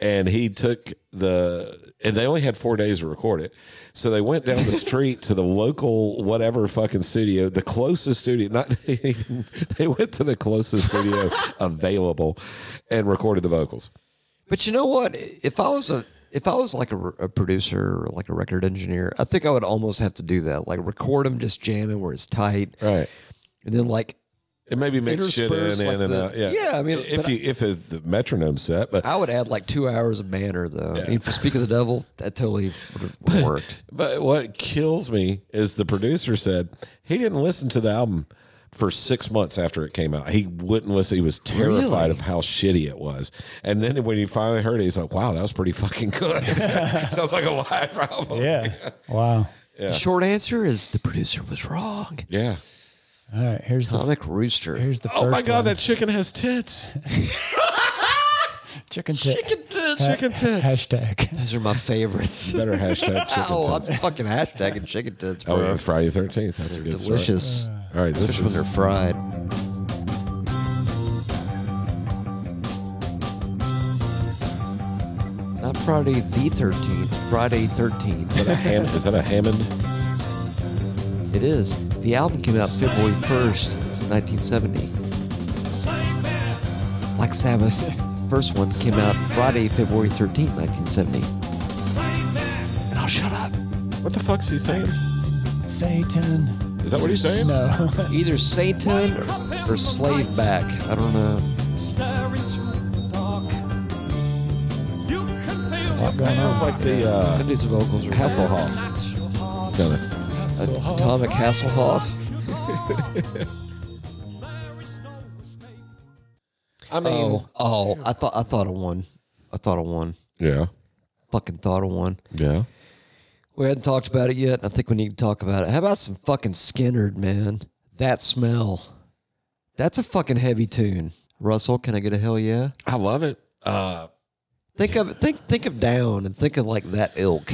S3: And he took the, and they only had four days to record it, so they went down the street to the local whatever fucking studio, the closest studio. Not they went to the closest studio available, and recorded the vocals.
S1: But you know what? If I was a if I was like a, a producer or like a record engineer, I think I would almost have to do that. Like record them just jamming where it's tight,
S3: Right.
S1: and then like
S3: It maybe mixed shit in,
S1: Intersperse,
S3: in
S1: like
S3: and
S1: the-
S3: out. Yeah.
S1: yeah, I mean,
S3: if
S1: but
S3: you if it's the metronome set, but
S1: I would add like two hours of banter though. I mean, for Speak of the Devil, that totally would have worked.
S3: But what kills me is the producer said he didn't listen to the album for six months after it came out. He wouldn't listen. He was terrified
S1: Really?
S3: of how shitty it was. And then when he finally heard it, he's like, wow, that was pretty fucking good. Sounds like a live album.
S4: yeah. Wow.
S1: The short answer is the producer was wrong.
S3: Yeah.
S4: All right, here's the
S1: Atomic Rooster.
S4: here's the first
S3: Oh my God,
S4: one.
S3: that chicken has tits.
S4: chicken tit.
S1: tits.
S4: Ha-
S3: chicken tits.
S4: Hashtag.
S1: Those are my favorites.
S3: Better hashtag
S1: oh,
S3: chicken
S1: I'm
S3: tits.
S1: fucking hashtagging chicken tits, bro.
S3: Oh, yeah, Friday 13th. That's a good start.
S1: Delicious.
S3: All right, this
S1: Especially when
S3: is
S1: they're fried. Not Friday the 13th, Friday 13th.
S3: is that a Ham- is that a Hammond?
S1: But it is. The album came out February 1st, it's 1970. Black Sabbath, first one came out Friday, February 13th, 1970. Now shut up.
S3: What the fuck's he saying?
S4: Satan.
S3: Is that what he's saying?
S4: No.
S1: Either Satan or, or Slave Back. I don't know.
S3: That sounds like the
S1: That
S3: uh,
S1: dude's vocals are
S3: Hasselhoff. Kinda.
S1: Atomic Hasselhoff.
S3: I
S1: Oh, oh! I thought I thought of one. I thought of one.
S3: yeah,
S1: Fucking thought of one.
S3: yeah.
S1: We hadn't talked about it yet. and I think we need to talk about it. How about some fucking Skinnerd, man? That smell. That's a fucking heavy tune. Russell, can I get a hell yeah?
S3: I love it. Uh,
S1: Think of think think of down and think of like that ilk.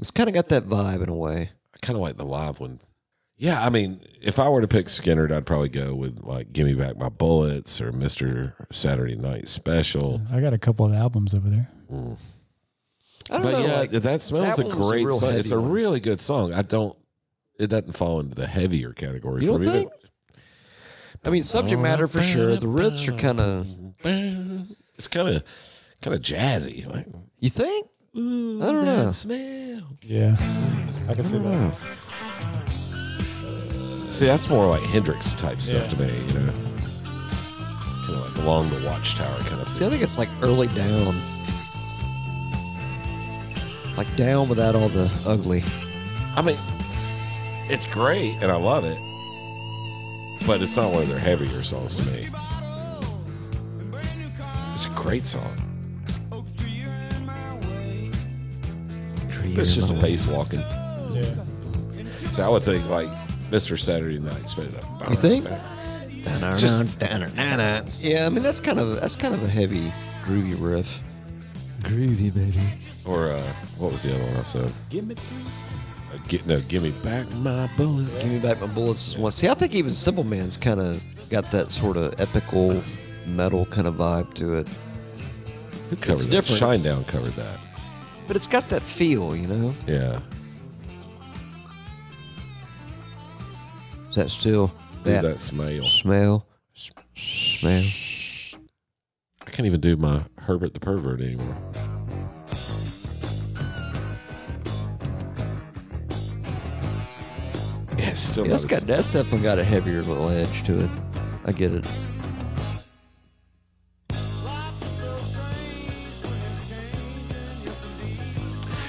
S1: It's kind of got that vibe in a way.
S3: I kind of like the live one. Yeah, I mean, if I were to pick Skinner, I'd probably go with like "Give Me Back My Bullets" or "Mr. Saturday Night Special."
S4: I got a couple of albums over there.
S1: I don't
S3: But
S1: know.
S3: yeah,
S1: like,
S3: that smells
S1: that
S3: a
S1: one was a
S3: great
S1: real
S3: song. It's
S1: heavy
S3: a
S1: one.
S3: really good song. I don't. It doesn't fall into the heavier category
S1: You
S3: for
S1: don't
S3: me.
S1: think? I mean, subject matter for sure. The riffs are kind of
S3: but it's kind of kind of jazzy. Like,
S1: You think? I don't
S3: that
S1: know.
S3: Smell.
S4: Yeah, I can see that.
S3: See, that's more like Hendrix type stuff
S4: Yeah.
S3: to me, you know. Kind of like along the watchtower kind of
S1: See,
S3: thing.
S1: I think it's like early down. Like down without all the ugly.
S3: I mean, it's great and I love it, but it's not one of their heavier songs to me. It's a great song. It's just a bass walking.
S4: Yeah,
S3: So I would think like Mr. Saturday Night Spit.
S1: You think?
S3: Just-
S1: Yeah, I mean that's kind of that's kind of a heavy, groovy riff. Groovy, baby.
S3: Or uh, what was the other one I said?
S4: give me
S3: Uh, get, no, give me back my bullets.
S1: Give me back my bullets is one. See, I think even Simple Man's kind of got that sort of epical metal kind of vibe to it,
S3: Who covered that?
S1: different.
S3: Shinedown covered that.
S1: but it's got that feel, you know.
S3: Yeah.
S1: Is that still
S3: Ooh,
S1: that,
S3: that smell.
S1: smell? S- Smell.
S3: I can't even do my Herbert the Pervert anymore. Yeah, it's still
S1: Yeah,
S3: not
S1: that's
S3: a-
S1: got that's definitely got a heavier little edge to it. I get it.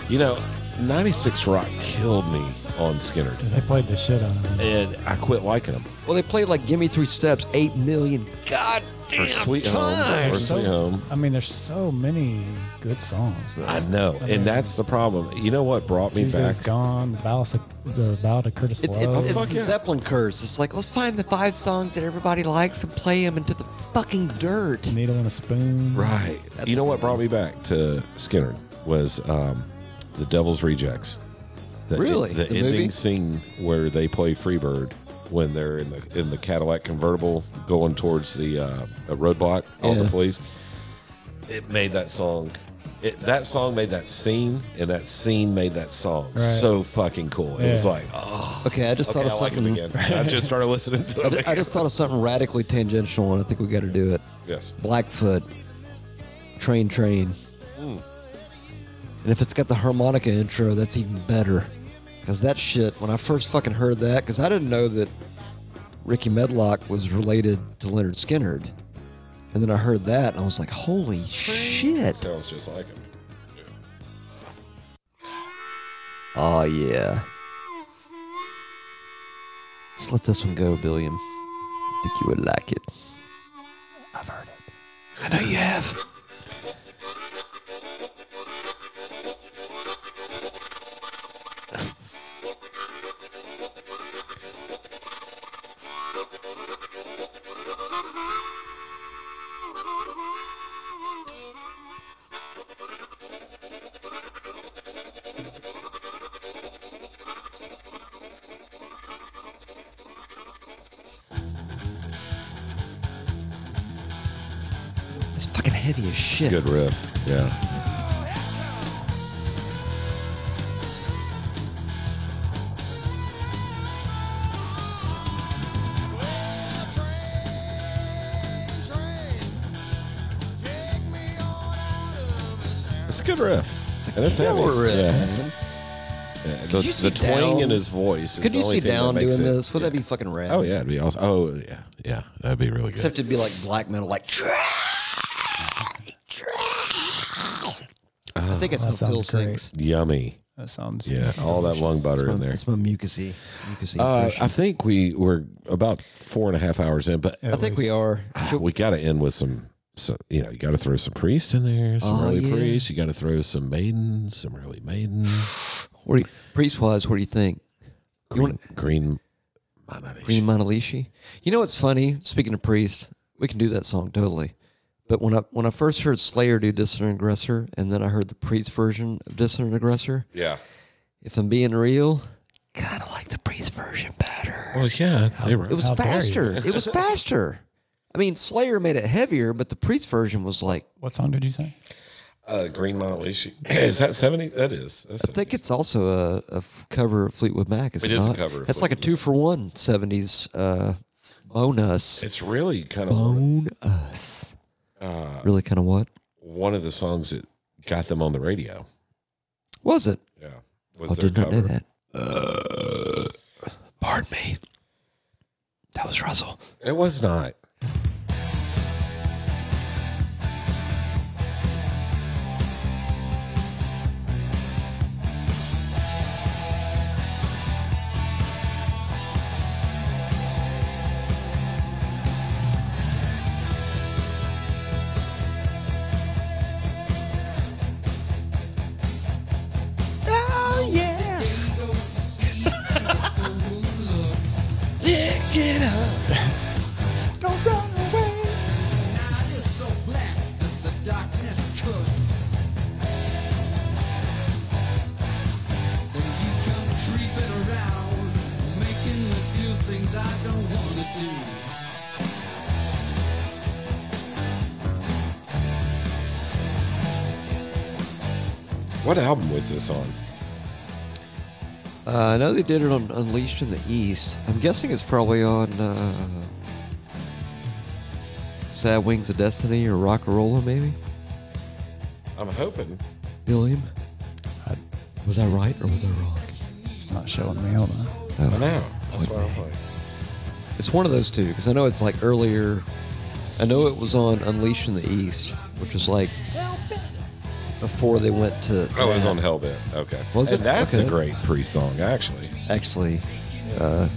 S3: you know, 96 Rock killed me on Skinner,
S4: They played the shit out of me.
S3: and I quit liking them.
S1: Well, they played like "Gimme Three Steps," eight million. God damn.
S3: or Sweet Home, or
S1: times.
S3: Sweet Home.
S4: I mean, there's so many good songs. Though.
S3: I know,
S4: mean,
S3: and that's the problem. You know what brought me
S4: Tuesday's
S3: back?
S4: gone. The ballad of, the ballad of Curtis
S1: It's,
S4: Love.
S1: it's, it's
S3: Oh, fuck
S1: the
S3: yeah.
S1: Zeppelin curse. It's like let's find the five songs that everybody likes and play them into the fucking dirt.
S4: Needle and a spoon.
S3: Right.
S1: That's
S3: you know
S1: a
S3: what
S1: good
S3: brought me back to Skinner was um, the Devil's Rejects. The,
S1: Really?
S3: the,
S1: The
S3: ending
S1: movie?
S3: scene where they play Freebird when they're in the in the Cadillac convertible going towards the uh, a roadblock, all the
S1: Yeah.
S3: police. It made that song. It, that song made that scene, and that scene made that song
S4: Right.
S3: so fucking cool. It was
S4: Yeah.
S3: like, oh,
S1: Okay, I just
S3: okay,
S1: thought of
S3: I like him
S1: something.
S3: again. I just started listening to
S1: I
S3: him.
S1: ju- I just thought of something radically tangential, and I think we got to do it.
S3: yes,
S1: Blackfoot, Train Train.
S3: Hmm.
S1: And if it's got the harmonica intro, that's even better. Because that shit, when I first fucking heard that, because I didn't know that Ricky Medlock was related to Leonard Skinnerd. And then I heard that, and I was like, holy shit.
S3: sounds just like him.
S1: Oh, yeah. Let's let this one go, Billiam. I think you would like it.
S4: I've heard it.
S1: I know you have. It's fucking heavy as
S3: It's
S1: shit.
S3: a good riff. Yeah. It's a good riff.
S1: It's a
S3: And it's heavy.
S1: killer riff,
S3: Yeah.
S1: man.
S3: Yeah, The,
S1: Could you see
S3: the twang
S1: Down-
S3: in his voice. is
S1: Could
S3: the
S1: you
S3: only
S1: see
S3: thing that
S1: Down doing
S3: makes it-
S1: this? Would that
S3: yeah.
S1: be fucking rad?
S3: Oh yeah, it'd be awesome. Oh yeah, yeah, that'd be really good.
S1: Except it'd be like black metal, like. I think it's how
S4: Oh, That
S1: Phil
S4: sounds great.
S1: sings.
S3: Yummy.
S4: That sounds
S3: Yeah, all that lung butter in there.
S1: It's my mucusy, mucusy
S3: Uh,
S1: impression.
S3: I think we were about four and a half hours in, but uh,
S1: I, think we are. Should-
S3: we got to end with some, some you know, you got to throw some priest in there, some
S1: Oh,
S3: early
S1: yeah.
S3: priest. You got to throw some maiden, some early maiden.
S1: what do you- priest-wise, what do you think? You
S3: Green,
S1: want-
S3: green, Monadisha.
S1: Green Monalishi. You know what's funny? Speaking of priest, we can do that song totally. But when I when I first heard Slayer do Dissident Aggressor, and then I heard the priest version of Dissident Aggressor,
S3: Yeah.
S1: if I'm being real, kind of like the priest version better.
S3: Well, yeah, they were.
S1: It was
S4: How dare
S1: faster. It was faster. I mean, Slayer made it heavier, but the Priest version was like,
S4: What song did you say?
S3: uh, Green Monadisha. Is that seventy? That is. That's
S1: I think it's also a, a f- cover of Fleetwood Mac. Is it,
S3: It is a
S1: not?
S3: cover of
S1: That's like a two
S3: Fleetwood
S1: for one 70s uh, bonus.
S3: It's really kind of
S1: Bonus.
S3: uh,
S1: Really kind of what?
S3: one of the songs that got them on the radio.
S1: Was it?
S3: Yeah.
S1: I
S3: Was their
S1: Oh, did not know
S3: cover. Uh,
S1: that. Pardon me. That was Russell.
S3: It was not.
S8: Oh yeah. Lick it up. Don't run away. Now it's so black that the darkness cooks. And you come creeping around, making me do things I don't want to do.
S3: What album was this on?
S1: Uh, I know they did it on Unleashed in the East. I'm guessing it's probably on uh, Sad Wings of Destiny or Rockarola, maybe.
S3: I'm hoping.
S1: William, was I right or was I wrong?
S4: It's not showing me. Hold on.
S1: Oh.
S3: I know. That's what I'm like.
S1: It's one of those two because I know it's like earlier. I know it was on Unleashed in the East, which was like before they went to.
S3: Oh, it was
S1: that.
S3: on Hellbent. Okay.
S1: Was
S3: And
S1: it?
S3: That's
S1: Okay.
S3: a great pre song, actually.
S1: Actually, uh,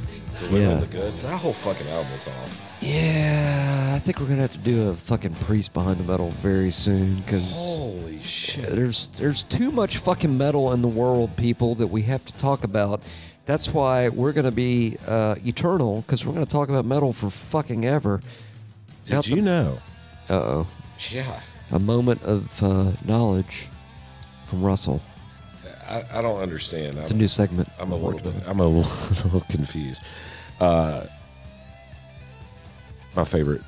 S3: Deliver
S1: yeah,
S3: the goods. That whole fucking album was off.
S1: yeah. I think we're gonna have to do a fucking priest behind the metal very soon because
S3: Holy shit.
S1: there's there's too much fucking metal in the world, people, that we have to talk about. That's why we're gonna be uh, eternal because we're gonna talk about metal for fucking ever.
S3: Did you know?
S1: Uh oh.
S3: Yeah.
S1: a moment of uh, knowledge from Russell.
S3: I, I don't understand.
S1: It's a
S3: I'm-
S1: new segment.
S3: I'm a
S1: we're
S3: little
S1: working
S3: bit,
S1: on.
S3: I'm a little confused. Uh, my favorite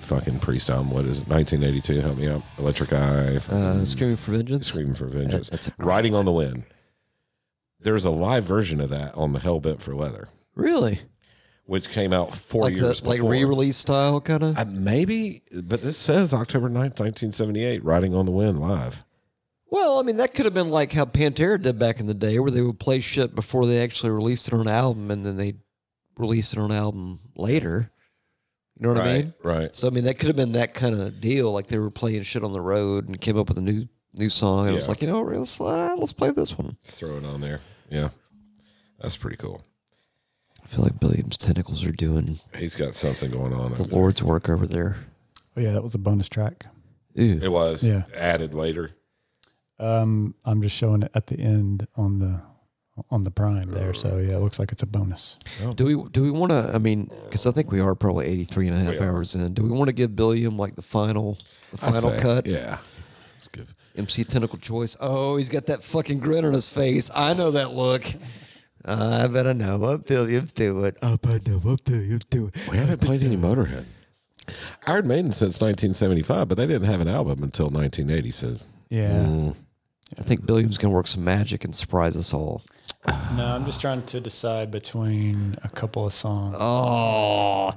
S3: fucking priest album. What is it? 1982. Help me out. Electric Eye.
S1: Uh,
S3: fucking
S1: Screaming for Vengeance.
S3: Screaming for Vengeance.
S1: that's a great
S3: Riding on the Wind. There's a live version of that on the Hellbent for Leather,
S1: Really?
S3: which came out four
S1: like
S3: years
S1: the, like
S3: before.
S1: re-release style, kind of.
S3: Uh, maybe, but this says October 9th, 1978, Riding on the Wind live.
S1: Well, I mean, that could have been like how Pantera did back in the day, where they would play shit before they actually released it on an album, and then they released it on an album later. You know what
S3: right,
S1: I mean?
S3: right.
S1: So I mean, that could have been that kind of deal. Like they were playing shit on the road and came up with a new new song, and it was
S3: Yeah.
S1: like, you know, what, let's uh, let's play this one.
S3: Let's throw it on there. Yeah. That's pretty cool.
S1: I feel like Billiam's tentacles are doing
S3: He's got something going on.
S1: the
S3: over there.
S1: Lord's work over there.
S4: Oh yeah, that was a bonus track.
S1: Ew.
S3: It was
S4: Yeah.
S3: added later.
S4: Um, I'm just showing it at the end on the on the prime there. So yeah, it looks like it's a bonus.
S1: Do we do we want to? I mean, because I think we are probably 83 and a half
S3: We are.
S1: hours in. Do we want to give Billiam like the final, the
S3: I
S1: final
S3: say,
S1: cut?
S3: Yeah. Let's give-
S1: MC Tentacle Choice. Oh, he's got that fucking grin on his face. I know that look. Uh, I bet I know what Billiam's doing. I bet I know what Billiam's doing.
S3: We haven't played any Motorhead. Iron Maiden since 1975, but they didn't have an album until 1980. So
S4: Yeah.
S1: Mm. I think Billiam's gonna work some magic and surprise us all.
S4: No, I'm just trying to decide between a couple of songs.
S1: Oh,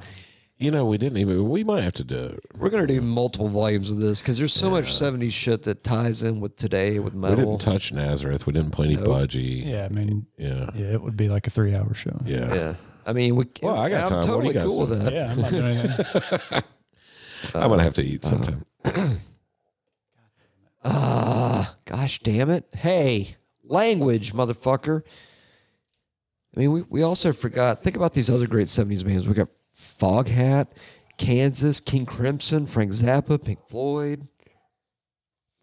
S3: you know, we didn't even. We might have to do.
S1: we're gonna do multiple volumes of this because there's so much 70s shit that ties in with today with
S3: We
S1: metal.
S3: didn't touch Nazareth. We didn't play any Budgie.
S4: Yeah, I mean,
S3: Yeah.
S4: yeah, it would be like a three-hour show.
S3: Yeah.
S1: yeah, I mean, we.
S3: Well, I got
S1: I'm
S3: time. What do
S1: totally
S3: you guys
S1: cool with
S3: think?
S1: that.
S4: Yeah, I'm not doing anything.
S3: I'm gonna have to
S1: Uh-huh.
S3: eat sometime.
S1: Ah, gosh damn it. Hey, language, motherfucker. I mean, we, we also forgot, think about these other great 70s bands. We got Foghat, Kansas, King Crimson, Frank Zappa, Pink Floyd,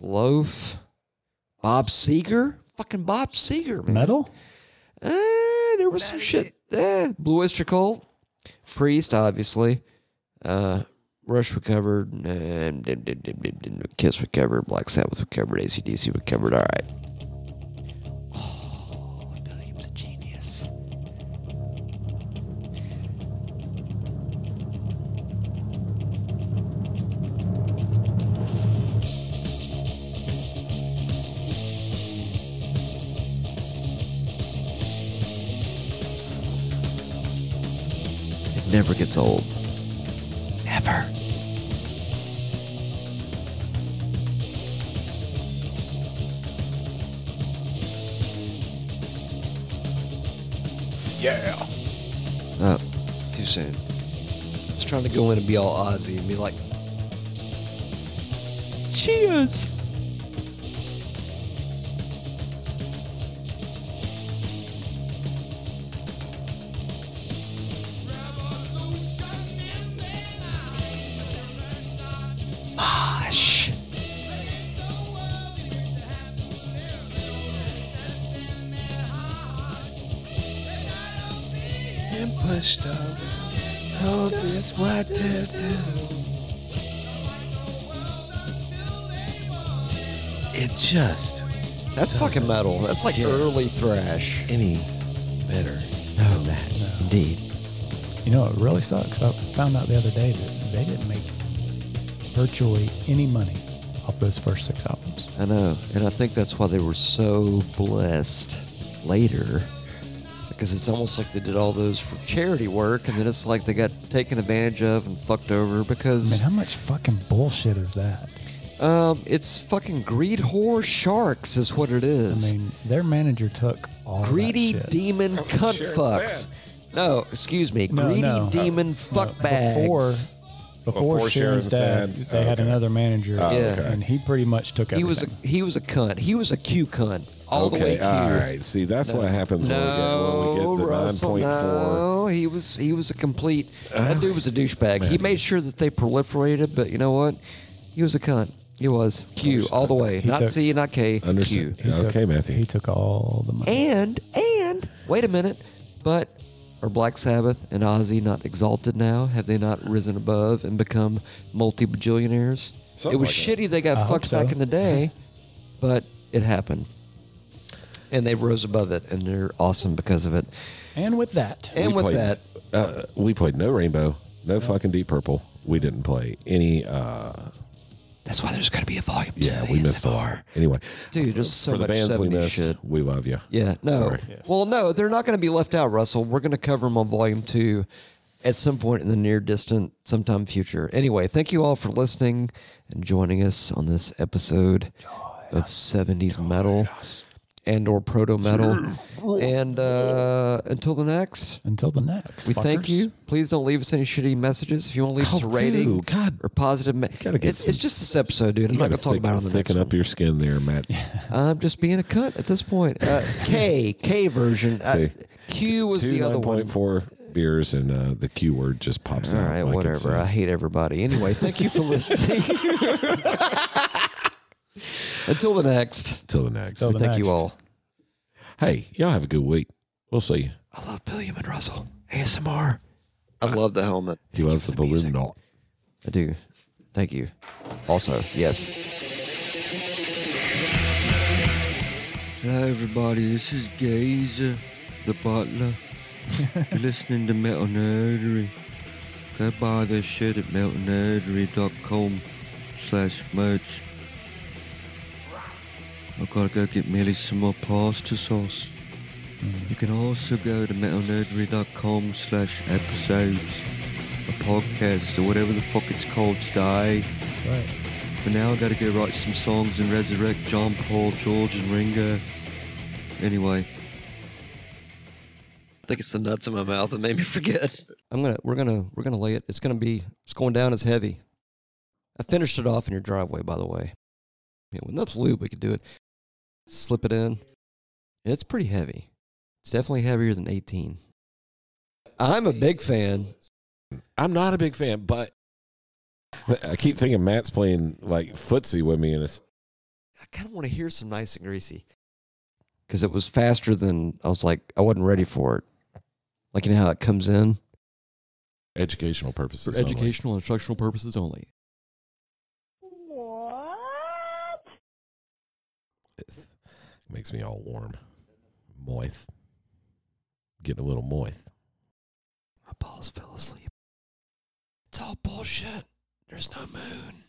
S1: Loaf, Bob Seger. Fucking Bob Seger, man.
S4: Metal?
S1: Eh, there was some shit. Eh, Blue Oyster Cult, Priest, obviously. Uh, Rush recovered, and dim, dim, dim, dim, dim, Kiss recovered, Black Sabbath recovered, ACDC recovered. All right. Oh, William's a genius. It never gets old. Ever.
S3: Yeah.
S1: Uh, too soon. I was trying to go in and be all Aussie and be like, Cheers! Mosh.
S8: And pushed over. Oh, that's what to do.
S3: It just.
S1: That's fucking metal. That's like early thrash.
S3: Any better
S1: than that. Indeed.
S4: You know, it really sucks. I found out the other day that they didn't make virtually any money off those first six albums.
S1: I know, and I think that's why they were so blessed later, because it's almost like they did all those for charity work, and then it's like they got taken advantage of and fucked over
S4: Man,
S1: because
S4: how much fucking bullshit is that?
S1: um, it's fucking greed whore sharks is what it
S4: I
S1: is.
S4: mean, their manager took all that
S1: greedy
S4: shit.
S1: demon cunt
S3: sure it's
S1: fucks. No, excuse me,
S4: No,
S1: greedy
S4: no.
S1: demon fuck bags.
S4: Before, before,
S3: Before Sharon's
S4: Sharon's dad,
S3: dad.
S4: they had
S3: Okay.
S4: another manager,
S1: Oh, Yeah. okay.
S4: and he pretty much took
S1: he
S4: everything.
S1: was a he was a cunt. He was a Q cunt all the way
S3: Okay.
S1: Q.
S3: All right. See, that's what happens when we get when we get the nine
S1: Russell,
S3: point four.
S1: No, he was he was a complete. That dude was a douchebag. He made sure that they proliferated, but you know what? He was a cunt. He was Q all the way.
S4: He
S1: Not
S4: took-
S1: C, not K.
S3: Understand?
S1: Q.
S4: He took-
S3: Okay, Matthew.
S4: He took all the money.
S1: And and wait a minute, but are Black Sabbath and Ozzy not exalted now? Have they not risen above and become multi bajillionaires?
S3: Something
S1: It was
S3: like that.
S1: shitty they got
S4: I hope
S1: fucked back
S4: so.
S1: in the day, but it happened. And they rose above it, and they're awesome because of it.
S4: And with that,
S1: And
S3: We
S1: with
S3: played-
S1: that,
S3: uh, we played no Rainbow, no fucking Deep Purple. We didn't play any. uh
S1: That's why there's going to be a volume.
S3: Yeah,
S1: two,
S3: we missed a lot. Anyway,
S1: Dude,
S3: for-
S1: there's so
S3: for the
S1: much
S3: bands we
S1: 70s
S3: missed.
S1: shit.
S3: We love you.
S1: Yeah, no.
S3: Sorry.
S1: Well, no, they're not going to be left out, Russell. We're going to cover them on volume two at some point in the near distant, sometime future. Anyway, thank you all for listening and joining us on this episode of 70s metal and or proto metal. and uh, until the next.
S4: until the next,
S1: We thank
S4: fuckers.
S1: you. Please don't leave us any shitty messages. If you want to leave us
S3: Oh,
S1: a rating
S3: dude, God.
S1: or positive, ma-
S3: gotta get
S1: it's,
S3: some-
S1: it's just this episode, dude. I'm
S3: You
S1: not going
S3: gotta
S1: to talk
S3: thick-
S1: about it on the next
S3: thicken
S1: one.
S3: up your skin there, Matt.
S1: I'm just being a cunt at this point. Uh, K K version. Uh,
S3: See,
S1: Q was
S3: Two
S1: the other
S3: nine
S1: one.
S3: point four beers, and uh, the Q word just pops
S1: All
S3: out.
S1: right,
S3: like it's,
S1: whatever.
S3: uh,
S1: I hate everybody. Anyway, thank you for listening. Until the next.
S3: Till the next.
S4: Till the
S1: thank you
S4: next.
S1: all.
S3: Hey, y'all have a good week. We'll see you.
S1: I love William and Russell ASMR.
S7: I love the helmet.
S3: He loves the balloon knot.
S1: I do. Thank you. Also, yes.
S9: Hello, everybody. This is Gazer, the butler. You're listening to Metal Nerdery. Go buy their shit at metalnerdery.com slash merch. I've got to go get Millie some more pasta sauce. You can also go to metalnerdery.com slash episodes, a podcast, or whatever the fuck it's called today.
S4: Right.
S9: But now I gotta go write some songs and resurrect John Paul, George, and Ringo. Anyway.
S7: I think it's the nuts in my mouth that made me forget.
S1: I'm gonna we're gonna we're gonna lay it. It's gonna be it's going down as heavy. I finished it off in your driveway, by the way. Yeah, with enough lube, we could do it. Slip it in. And It's pretty heavy. It's definitely heavier than 18. I'm a big fan.
S3: I'm not a big fan, but I keep thinking Matt's playing like footsie with me, and it's
S1: I kind of want to hear some nice and greasy because it was faster than I was like I wasn't ready for it. Like you know how it comes in
S3: educational purposes. only.
S1: and instructional purposes only.
S3: It makes me all warm, moist, getting a little moist.
S1: My balls fell asleep. It's all bullshit. There's no moon.